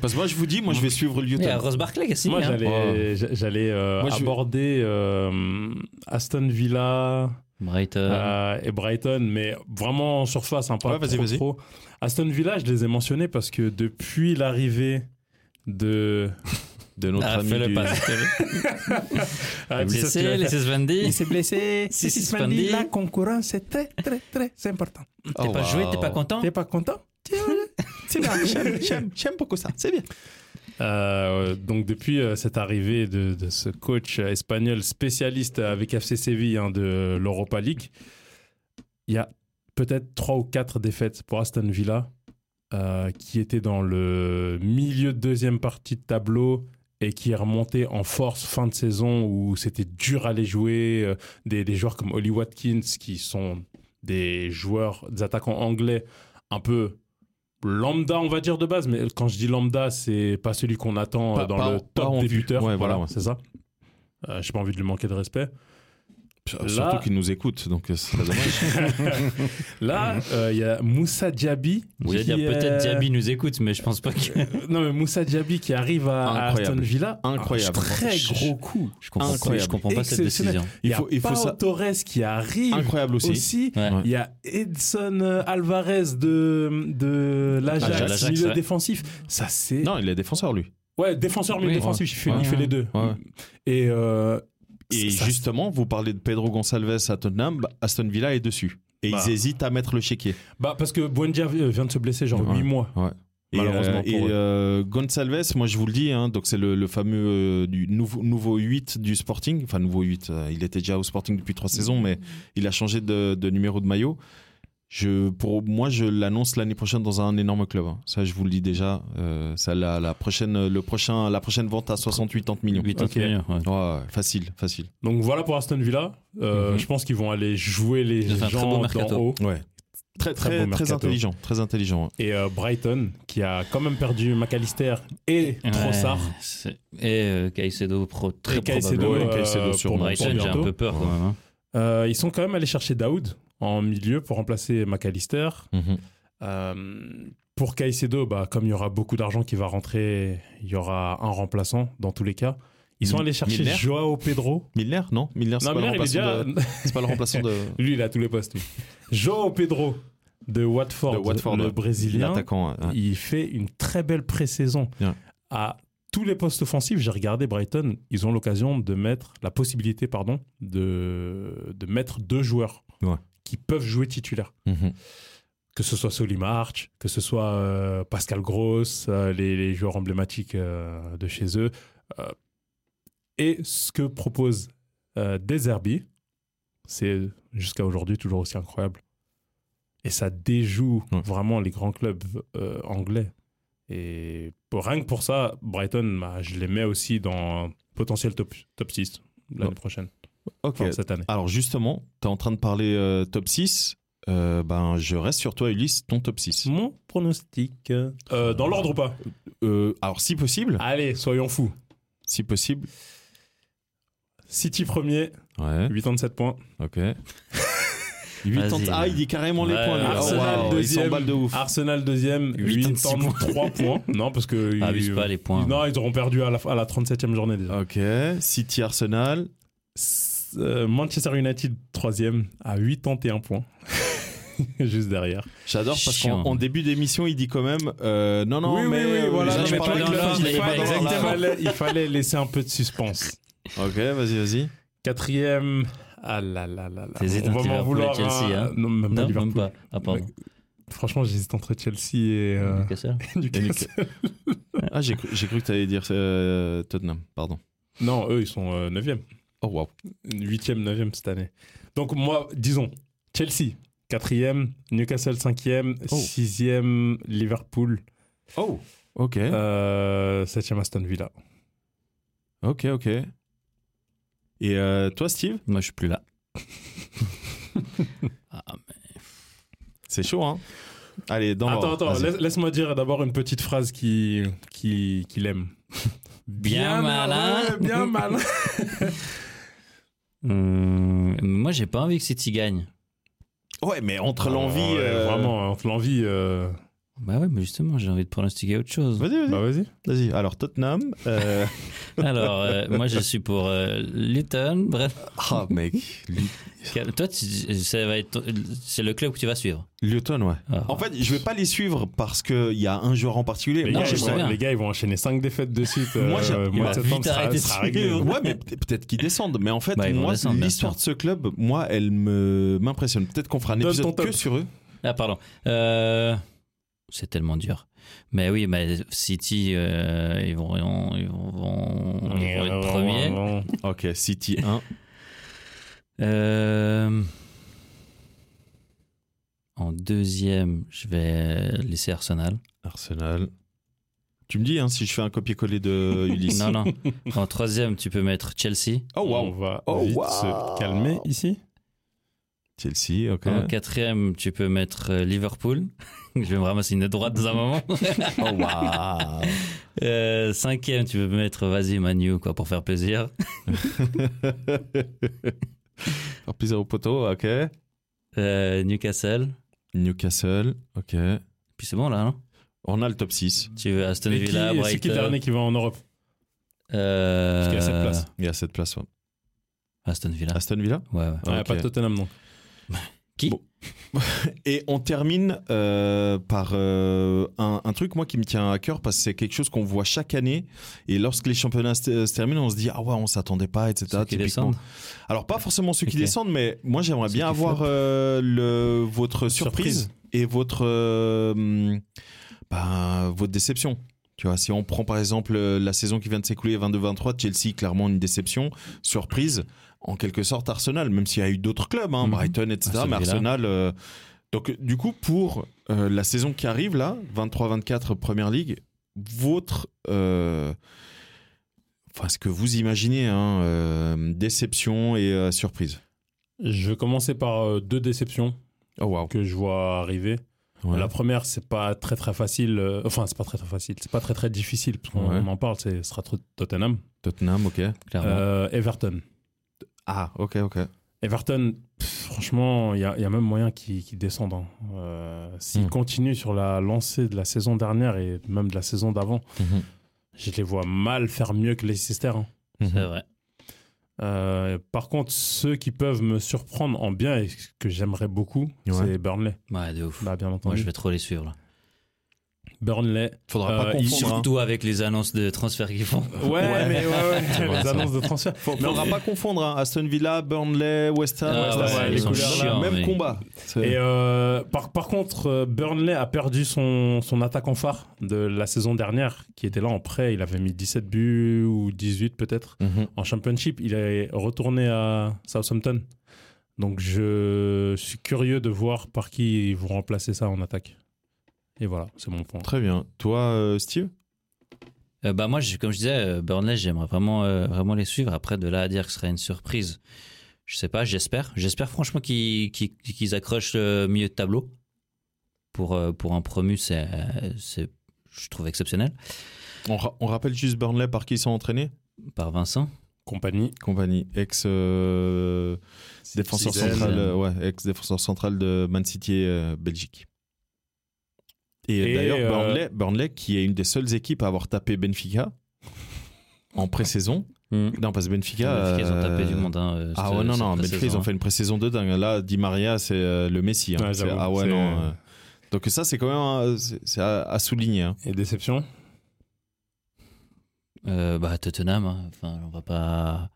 S3: Parce que moi, je vous dis, moi, je vais suivre le
S4: Il y a
S3: YouTube.
S4: Ross Barclay aussi.
S2: euh, Moi,
S4: hein.
S2: j'allais,
S3: Oh.
S2: j'a- j'allais euh,
S3: Moi, je vais-
S2: aborder euh, Aston Villa
S4: Brighton.
S2: euh, et Brighton, mais vraiment en surface, hein, pas
S3: Ouais, vas-y,
S2: trop,
S3: vas-y.
S2: trop. Aston Villa, je les ai mentionnés parce que depuis l'arrivée de...
S3: De notre
S4: Ah,
S3: ami
S4: fais-le
S3: du-
S4: pas. fais-le.
S2: Ah, tu sais ce qu'il va faire.
S4: Blessé, laissez Svendi.
S2: s'est blessé.
S4: C'est suspendu. suspendu. La
S2: concurrence est très, très, très important.
S4: T'es
S3: Oh,
S4: pas joué, t'es
S3: wow.
S4: pas content.
S2: pas content
S3: C'est bien, j'aime, j'aime, j'aime beaucoup ça, c'est bien.
S2: donc depuis euh, cette arrivée de, de ce coach euh, espagnol spécialiste avec FC Séville hein, de l'Europa League, il y a peut-être trois ou quatre défaites pour Aston Villa euh, qui était dans le milieu de deuxième partie de tableau et qui est remonté en force fin de saison où c'était dur à les jouer. euh, des, des joueurs comme Ollie Watkins qui sont des joueurs, des attaquants anglais un peu lambda on va dire de base, mais quand je dis lambda c'est pas celui qu'on attend euh,
S3: Pas-
S2: dans
S3: pas-
S2: le
S3: pas
S2: top
S3: en
S2: des
S3: vue.
S2: buteurs,
S3: Ouais, voilà,
S2: voilà,
S3: ouais.
S2: c'est ça. Euh, J'ai pas envie de lui manquer de respect.
S3: Surtout qu'ils nous écoutent, donc euh, c'est dommage. Mhm.
S2: Là, euh, il y a Moussa Diaby.
S4: J'allais
S2: qui
S4: dire,
S2: est-
S4: peut-être Diaby nous écoute, mais je pense pas que.
S2: Non, mais Moussa Diaby qui arrive à, à
S3: Incroyable.
S2: Aston Villa.
S3: Incroyable.
S2: Un très
S3: Je-
S2: gros coup.
S4: Je comprends pas,
S3: Incroyable.
S4: je comprends pas cette
S2: Exceptionnel.
S4: décision.
S2: Il
S3: faut-
S2: faut,
S3: il faut ça-
S2: Torres qui arrive
S3: Incroyable aussi.
S2: aussi.
S4: Ouais.
S3: Ouais.
S2: Il y a Edson euh, Alvarez de, de
S4: Ah, de
S2: l'Ajax,
S4: l'Ajax,
S2: milieu
S4: ouais.
S2: défensif. Ça, c'est.
S3: Non, il est défenseur, lui.
S2: Ouais, défenseur, milieu
S4: Oui.
S2: défensif. Il fait,
S4: Ouais,
S2: il fait
S4: ouais.
S2: les deux.
S3: Ouais.
S2: Et, euh,
S3: Et
S2: ça-
S3: justement, vous parlez de Pedro Gonçalves à Tottenham, bah, Aston Villa est dessus. Et
S2: Bah.
S3: ils hésitent à mettre le chéquier.
S2: Bah, parce que Buendia euh, vient de se blesser, genre
S3: Ouais.
S2: 8 mois.
S3: Ouais. Et,
S2: Malheureusement
S3: euh,
S2: pour
S3: et,
S2: eux.
S3: euh, Gonçalves, moi je vous le dis, hein, donc c'est le, le fameux euh, du nouveau, nouveau 8 du Sporting. Enfin, nouveau 8, euh, il était déjà au Sporting depuis trois saisons, mais il a changé de, de numéro de maillot. Je, pour moi, je l'annonce l'année prochaine dans un énorme club. hein. Ça, je vous le dis déjà. Euh, ça, la, la prochaine, le prochain, la prochaine vente à 60-80 millions.
S4: 8
S2: Ok.
S4: millions. ouais.
S3: Ouais, ouais, facile, facile.
S2: Donc voilà pour Aston Villa. Euh,
S4: Mhm.
S2: Je pense qu'ils vont aller jouer les
S4: Ils ont fait un très beau
S2: gens d'en
S4: mercato.
S2: haut.
S3: Ouais. Très,
S2: Très
S3: très,
S2: beau
S3: très,
S2: mercato.
S3: intelligent. Très intelligent. ouais.
S2: Et euh, Brighton, qui a quand même perdu McAllister et Trossard.
S4: Ouais, c'est- Et euh, Caicedo, pro, très
S2: Et Caicedo,
S4: probablement.
S2: euh,
S3: Caicedo
S2: pour
S3: sûrement.
S2: mon
S4: Brighton,
S2: tour
S4: j'ai un
S2: bientôt.
S4: peu peur quand même. hein.
S2: Euh, ils sont quand même allés chercher Daoud en milieu pour remplacer McAllister.
S3: Mm-hmm.
S2: Euh, pour Caicedo, bah, comme il y aura beaucoup d'argent qui va rentrer, il y aura un remplaçant dans tous les cas. Ils sont
S3: Mi-
S2: allés chercher
S3: Milner
S2: Joao Pedro.
S3: Milner, non Milner, c'est
S2: Non,
S3: pas,
S2: Milner,
S3: le
S2: il est
S3: remplaçant
S2: déjà.
S3: de- c'est pas le remplaçant de
S2: Lui, il a tous les postes. lui. Joao Pedro de Watford,
S3: de Watford.
S2: le
S3: ouais.
S2: Brésilien.
S3: L'attaquant. ouais.
S2: Il fait une très belle pré-saison.
S3: Bien.
S2: À tous les postes offensifs, j'ai regardé Brighton, ils ont l'occasion de mettre, la possibilité, pardon, de, de mettre deux joueurs
S3: Ouais.
S2: qui peuvent jouer titulaire.
S3: Mhm.
S2: Que ce soit Solimarch, que ce soit euh, Pascal Gross, euh, les, les joueurs emblématiques euh, de chez eux. Euh, et ce que propose euh, Deserbi, c'est jusqu'à aujourd'hui toujours aussi incroyable. Et ça déjoue
S3: Ouais.
S2: vraiment les grands clubs euh, anglais. Et pour, rien que pour ça, Brighton, bah, je les mets aussi dans potentiel top, top 6 l'année
S3: Ouais.
S2: prochaine,
S3: Ok.
S2: enfin, cette année.
S3: Alors justement, tu es en train de parler euh, top 6. Euh, ben, je reste sur toi, Ulysse, ton top 6.
S2: Mon pronostic. euh, dans l'ordre ou pas
S3: Euh, alors, si possible,
S2: Allez, soyons fous.
S3: si possible.
S2: City premier,
S3: Ouais,
S2: 87 points.
S3: ok. 80
S4: Vas-y.
S3: Ah, il dit carrément les
S4: Ouais,
S3: points. lui.
S4: ouais,
S2: Arsenal,
S3: Oh, wow, Il
S2: deuxième.
S3: s'emballe de ouf.
S2: Arsenal deuxième,
S4: 86
S2: 83 points. Non, parce que...
S4: Abuse
S2: ils-
S4: Ah
S2: euh,
S4: pas les points.
S2: Non, ils auront perdu à la, à la 37e journée déjà.
S3: Ok, City Arsenal.
S2: S- euh, Manchester United troisième à 81 points. Juste derrière.
S3: J'adore parce qu'en
S4: Chiant.
S3: en début d'émission, il dit quand même euh, non, non, mais euh, là,
S4: non,
S3: je
S4: mais
S3: parle
S4: pas
S3: avec
S4: dans
S3: le
S4: l'ordre,
S3: fan,
S4: mais pas
S3: pas dans
S2: Il,
S4: exactement.
S3: l'ordre.
S2: fallait, il fallait laisser un peu de suspense.
S3: Ok, vas-y, vas-y.
S2: Quatrième. Ah là là là là.
S4: T'hésites
S2: On va
S4: entre
S2: m'en
S4: Liverpool
S2: vouloir.
S4: et Chelsea,
S2: hein.
S4: hein.
S2: Non, même pas
S4: Non,
S2: Liverpool.
S4: même pas. Ah, pardon.
S2: Franchement, j'hésite entre Chelsea et euh,
S4: Newcastle.
S2: Newcastle.
S3: Ah, j'ai cru, j'ai cru que tu allais dire euh, Tottenham, pardon.
S2: Non, eux, ils sont euh, neuvième.
S3: Oh, waouh.
S2: Huitième, neuvième cette année. Donc moi, disons, Chelsea, quatrième, Newcastle, cinquième,
S3: Oh.
S2: sixième, Liverpool,
S3: Oh, ok.
S2: euh, septième, Aston Villa.
S3: Ok, ok. Et euh, toi, Steve
S4: Moi, je suis plus là. Ah, mais-
S3: C'est chaud, hein Allez, dans
S2: Attends,
S3: l'ordre,
S2: attends,
S3: vas-y.
S2: laisse- laisse-moi dire d'abord une petite phrase qui, qui, qui l'aime.
S4: Bien malin.
S2: ouais, bien malin.
S4: Hum, moi, j'ai pas envie que City gagne.
S3: Ouais, mais entre
S2: Ah,
S3: l'envie.
S2: ouais,
S3: euh,
S2: Vraiment, entre l'envie. euh,
S4: Bah ouais, mais justement, j'ai envie de pronostiquer autre chose.
S3: Vas-y, vas-y.
S2: Bah vas-y.
S3: Vas-y. Alors, Tottenham. euh,
S4: Alors, euh, moi, je suis pour euh, Luton. Bref,
S3: Ah, mec. Lu-
S4: toi, tu- ça va être, c'est le club que tu vas suivre.
S3: Luton, ouais.
S4: Ah.
S3: En fait, je vais pas les suivre parce qu'il y a un joueur en particulier.
S2: Les,
S4: Non,
S2: gars,
S4: je
S2: ils
S4: sais
S2: vont-
S4: bien.
S2: les gars, ils vont enchaîner 5 défaites de suite.
S3: Moi, j'ai-
S2: euh,
S4: il
S2: mois
S4: va
S2: de
S4: vite
S2: septembre, ça,
S4: arrêter de
S2: sera
S4: suivre.
S2: réglé. hein.
S3: Ouais, mais peut- peut-être qu'ils descendent. Mais en fait,
S4: Bah, ils vont
S3: moi,
S4: descendre, bien
S3: l'histoire de ce club, moi, elle me m'impressionne. Peut-être qu'on fera un
S2: Donne ton
S3: épisode
S2: top.
S3: que sur eux.
S4: Ah, pardon. Euh, c'est tellement dur. Mais oui, mais City, euh, ils vont, ils vont, ils vont être premiers.
S3: Ok, City 1.
S4: Euh, en deuxième, je vais laisser Arsenal.
S3: Arsenal. Tu me dis hein, si je fais un copier-coller de Ulysse.
S4: Non, non. En troisième, tu peux mettre Chelsea.
S3: Oh,
S2: On
S3: wow.
S2: va
S3: Oh,
S2: vite
S3: wow.
S2: se calmer ici.
S3: Chelsea, ok.
S4: En quatrième, tu peux mettre euh, Liverpool. je vais me ramasser une droite dans un moment.
S3: Oh, wow.
S4: Euh, cinquième, tu peux mettre vas-y Manu quoi pour faire plaisir.
S3: Alors, plaisir au poteau, ok.
S4: Euh, Newcastle.
S3: Newcastle, ok.
S4: Puis c'est bon là, non
S3: On a le top 6.
S4: Tu veux Aston
S2: Et qui- C'est
S4: Villa,
S2: qui le
S4: Brighton.
S2: dernier qui va en Europe
S4: euh,
S2: Parce qu'il y a cette place.
S3: Il y a 7 places. ouais.
S4: Aston Villa.
S3: Aston Villa
S4: Ouais, ouais.
S2: Ouais,
S3: ok.
S2: Ah, Pas de Tottenham non.
S3: Et on termine euh, par euh, un, un truc moi qui me tient à cœur parce que c'est quelque chose qu'on voit chaque année et lorsque les championnats se, se terminent on se dit ah ouais on s'attendait pas etc.
S4: Ceux qui
S3: Typiquement.
S4: descendent.
S3: Alors pas forcément ceux qui
S4: Ok.
S3: descendent mais moi j'aimerais
S4: Ceux
S3: bien
S4: qui
S3: avoir
S4: flopent.
S3: euh, le, votre surprise,
S2: Surprise.
S3: et votre euh, hum, bah, votre déception. Tu vois, si on prend par exemple euh, la saison qui vient de s'écouler 22-23, Chelsea clairement une déception, surprise en quelque sorte Arsenal, même s'il y a eu d'autres clubs, hein,
S4: Mhm.
S3: Brighton, etc.
S4: Aston
S3: mais
S4: Villa.
S3: Arsenal. euh, donc, euh, du coup, pour euh, la saison qui arrive, là, 23-24 Première Ligue, votre. euh, Enfin, ce que vous imaginez, hein, euh, déception et euh, surprise.
S2: Je vais commencer par euh, deux déceptions
S3: Oh, waouh.
S2: que je vois arriver.
S3: Ouais.
S2: La première, c'est pas très très facile. euh, enfin, c'est pas très très facile. C'est pas très très difficile parce qu'on
S3: Ouais. Ah
S2: en parle. C'est ce sera trop Tottenham.
S3: Tottenham, ok.
S4: Clairement.
S2: Euh, Everton.
S3: Ah, ok, ok.
S2: Everton, pff, franchement, il y, a il y a même moyen qu'ils qu'ils descendent. hein. Euh, S'ils
S3: Hmm.
S2: continuent sur la lancée de la saison dernière et même de la saison d'avant,
S3: Mhm.
S2: je les vois mal faire mieux que Leicester. hein.
S4: C'est vrai.
S2: Euh, par contre, ceux qui peuvent me surprendre en bien et ce que j'aimerais beaucoup,
S3: Ouais.
S2: c'est Burnley.
S4: Ouais, de ouf.
S2: Bah, bien
S4: Moi,
S2: entendu.
S4: je vais trop les suivre là.
S2: Burnley.
S3: Faudra
S2: Euh,
S3: pas
S2: il-
S3: confondre. hein.
S4: Surtout avec les annonces de transfert qu'ils font.
S2: Ouais, mais ouais, ouais.
S4: C'est vrai,
S2: les
S4: ça.
S2: annonces de transfert.
S3: Faut-
S2: Non,
S3: Faudra pas confondre. hein. Aston Villa, Burnley, West Ham,
S4: Ah,
S3: West Ham,
S2: ouais,
S3: les
S2: ils sont
S3: couleurs, là,
S4: chiants,
S3: même
S4: mais-
S3: combat. C'est-
S2: Et euh, par, par contre, euh, Burnley a perdu son, son attaquant phare de la saison dernière, qui était là en prêt. Il avait mis 17 buts ou 18 peut-être
S3: Mhm.
S2: en championship. Il est retourné à Southampton. Donc je suis curieux de voir par qui ils vont remplacer ça en attaque. Et voilà, c'est mon point.
S3: Très bien. Toi, euh, Steve
S4: Euh, bah moi, je- comme je disais, euh, Burnley, j'aimerais vraiment, euh, vraiment les suivre. Après, de là à dire que ce serait une surprise, je sais pas, j'espère. J'espère franchement qu'ils qu'ils- qu'ils accrochent le milieu de tableau. Pour, euh, pour un promu, c'est, euh, c'est- je trouve exceptionnel.
S3: on, ra- on rappelle juste Burnley par qui ils sont entraînés
S4: Par Vincent.
S2: Compagnie.
S3: Compagnie, ex euh, défenseur
S4: Zidane.
S3: central, euh, ouais, ex défenseur central de Man City euh, Belgique. Et,
S2: Et,
S3: d'ailleurs
S2: euh,
S3: Burnley, Burnley, qui est une des seules équipes à avoir tapé Benfica en pré-saison. Non, parce que Benfica.
S4: Benfica, ils ont tapé
S3: euh,
S4: du monde. hein, euh,
S3: Ah
S4: cette-
S3: ouais, non,
S4: cette
S3: non, Benfica, ils
S4: saison,
S3: ont fait une pré-saison de dingue. Là, Di Maria, c'est euh, le Messi. hein.
S2: Ouais,
S3: C'est-
S2: j'avoue,
S3: ah ouais,
S2: c'est-
S3: non. euh, Donc ça, c'est quand même euh, c'est- c'est à, à souligner. hein.
S2: Et déception
S4: hein. Euh, bah, Tottenham, hein. enfin, on va pas.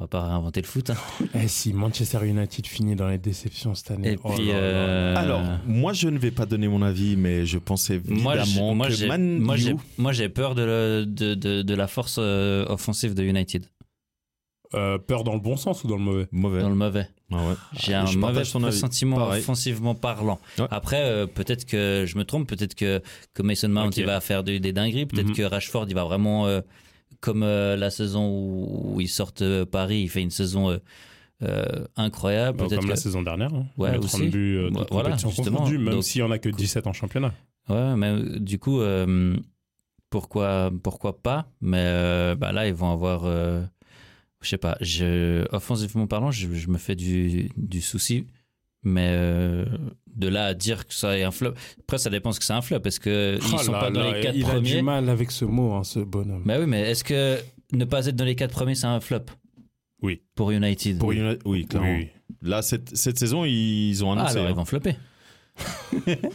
S4: On va pas réinventer le foot. hein.
S3: Oh
S2: Eh si, Manchester United finit dans les déceptions cette année.
S4: Et
S2: Oh
S4: puis.
S2: là là.
S4: euh,
S3: Alors, moi, je ne vais pas donner mon avis, mais je pensais évidemment
S4: moi, j'ai- moi,
S3: que
S4: j'ai-
S3: Man
S4: moi,
S3: U-
S4: j'ai- moi, j'ai peur de, le- de, de- de la force euh, offensive de United.
S2: Euh, peur dans le bon sens ou dans le mauvais
S3: mauvais.
S4: Dans le mauvais.
S3: Ah ouais.
S4: J'ai
S3: Je
S4: un
S3: partage
S4: mauvais
S3: ton avis.
S4: sentiment
S3: Pareil.
S4: offensivement parlant.
S3: Ouais.
S4: Après, euh, peut-être que je me trompe, peut-être que, que Mason Mount
S2: Ok.
S4: il va faire des, des dingueries, peut-être
S2: Mhm.
S4: que Rashford il va vraiment, euh, comme euh, la saison où, où ils sortent euh, Paris, il fait une saison euh, euh, incroyable.
S2: Bah,
S4: peut-être
S2: comme
S4: que-
S2: la saison dernière. Hein.
S4: Ouais,
S2: Le
S4: aussi.
S2: 30 buts, euh, toutes
S4: Ouais, voilà,
S2: compétitions
S4: justement.
S2: confondues, même
S4: Donc-
S2: s'il y en a que 17 en championnat.
S4: Ouais, mais euh, du coup, euh, pourquoi, pourquoi pas Mais euh, bah là, ils vont avoir. euh, je sais pas, je, offensivement parlant, je, je me fais du, du souci Mais euh, de là à dire que ça est un flop, après ça dépend ce que c'est un flop, parce que ils
S2: Ah
S4: sont
S2: là
S4: pas dans
S2: là,
S4: les quatre
S2: il a
S4: premiers.
S2: du mal avec ce mot, hein, ce bonhomme.
S4: Mais oui, mais est-ce que ne pas être dans les quatre premiers, c'est un flop
S2: Oui.
S4: Pour United.
S3: Pour United- oui, clairement.
S2: Oui,
S3: Là, cette, cette saison, ils ont
S4: Ah,
S3: annoncé.
S4: alors
S3: hein.
S4: ils vont flopper.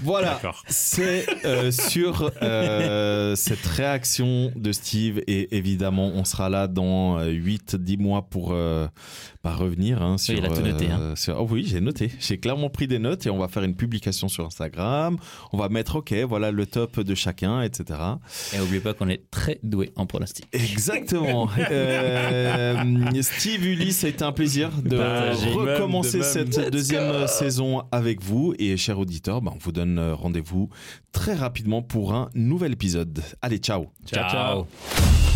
S3: Voilà.
S2: D'accord.
S3: C'est euh, sur euh, cette réaction de Steve et évidemment on sera là dans 8-10 mois pour euh, bah, revenir. hein, sur,
S4: il a tout noté, hein.
S3: sur- oh oui, j'ai noté. J'ai clairement pris des notes et on va faire une publication sur Instagram. On va mettre ok, voilà le top de chacun, etc.
S4: Et n'oubliez pas qu'on est très doué en pronostic.
S3: Exactement. Euh, Steve Ulysse, ça a été un plaisir de
S2: Partagez.
S3: recommencer
S2: De même, de même.
S3: cette deuxième euh, saison avec vous. Et chers auditeurs, bah, on vous donne rendez-vous très rapidement pour un nouvel épisode. Allez, ciao
S2: Ciao, ciao.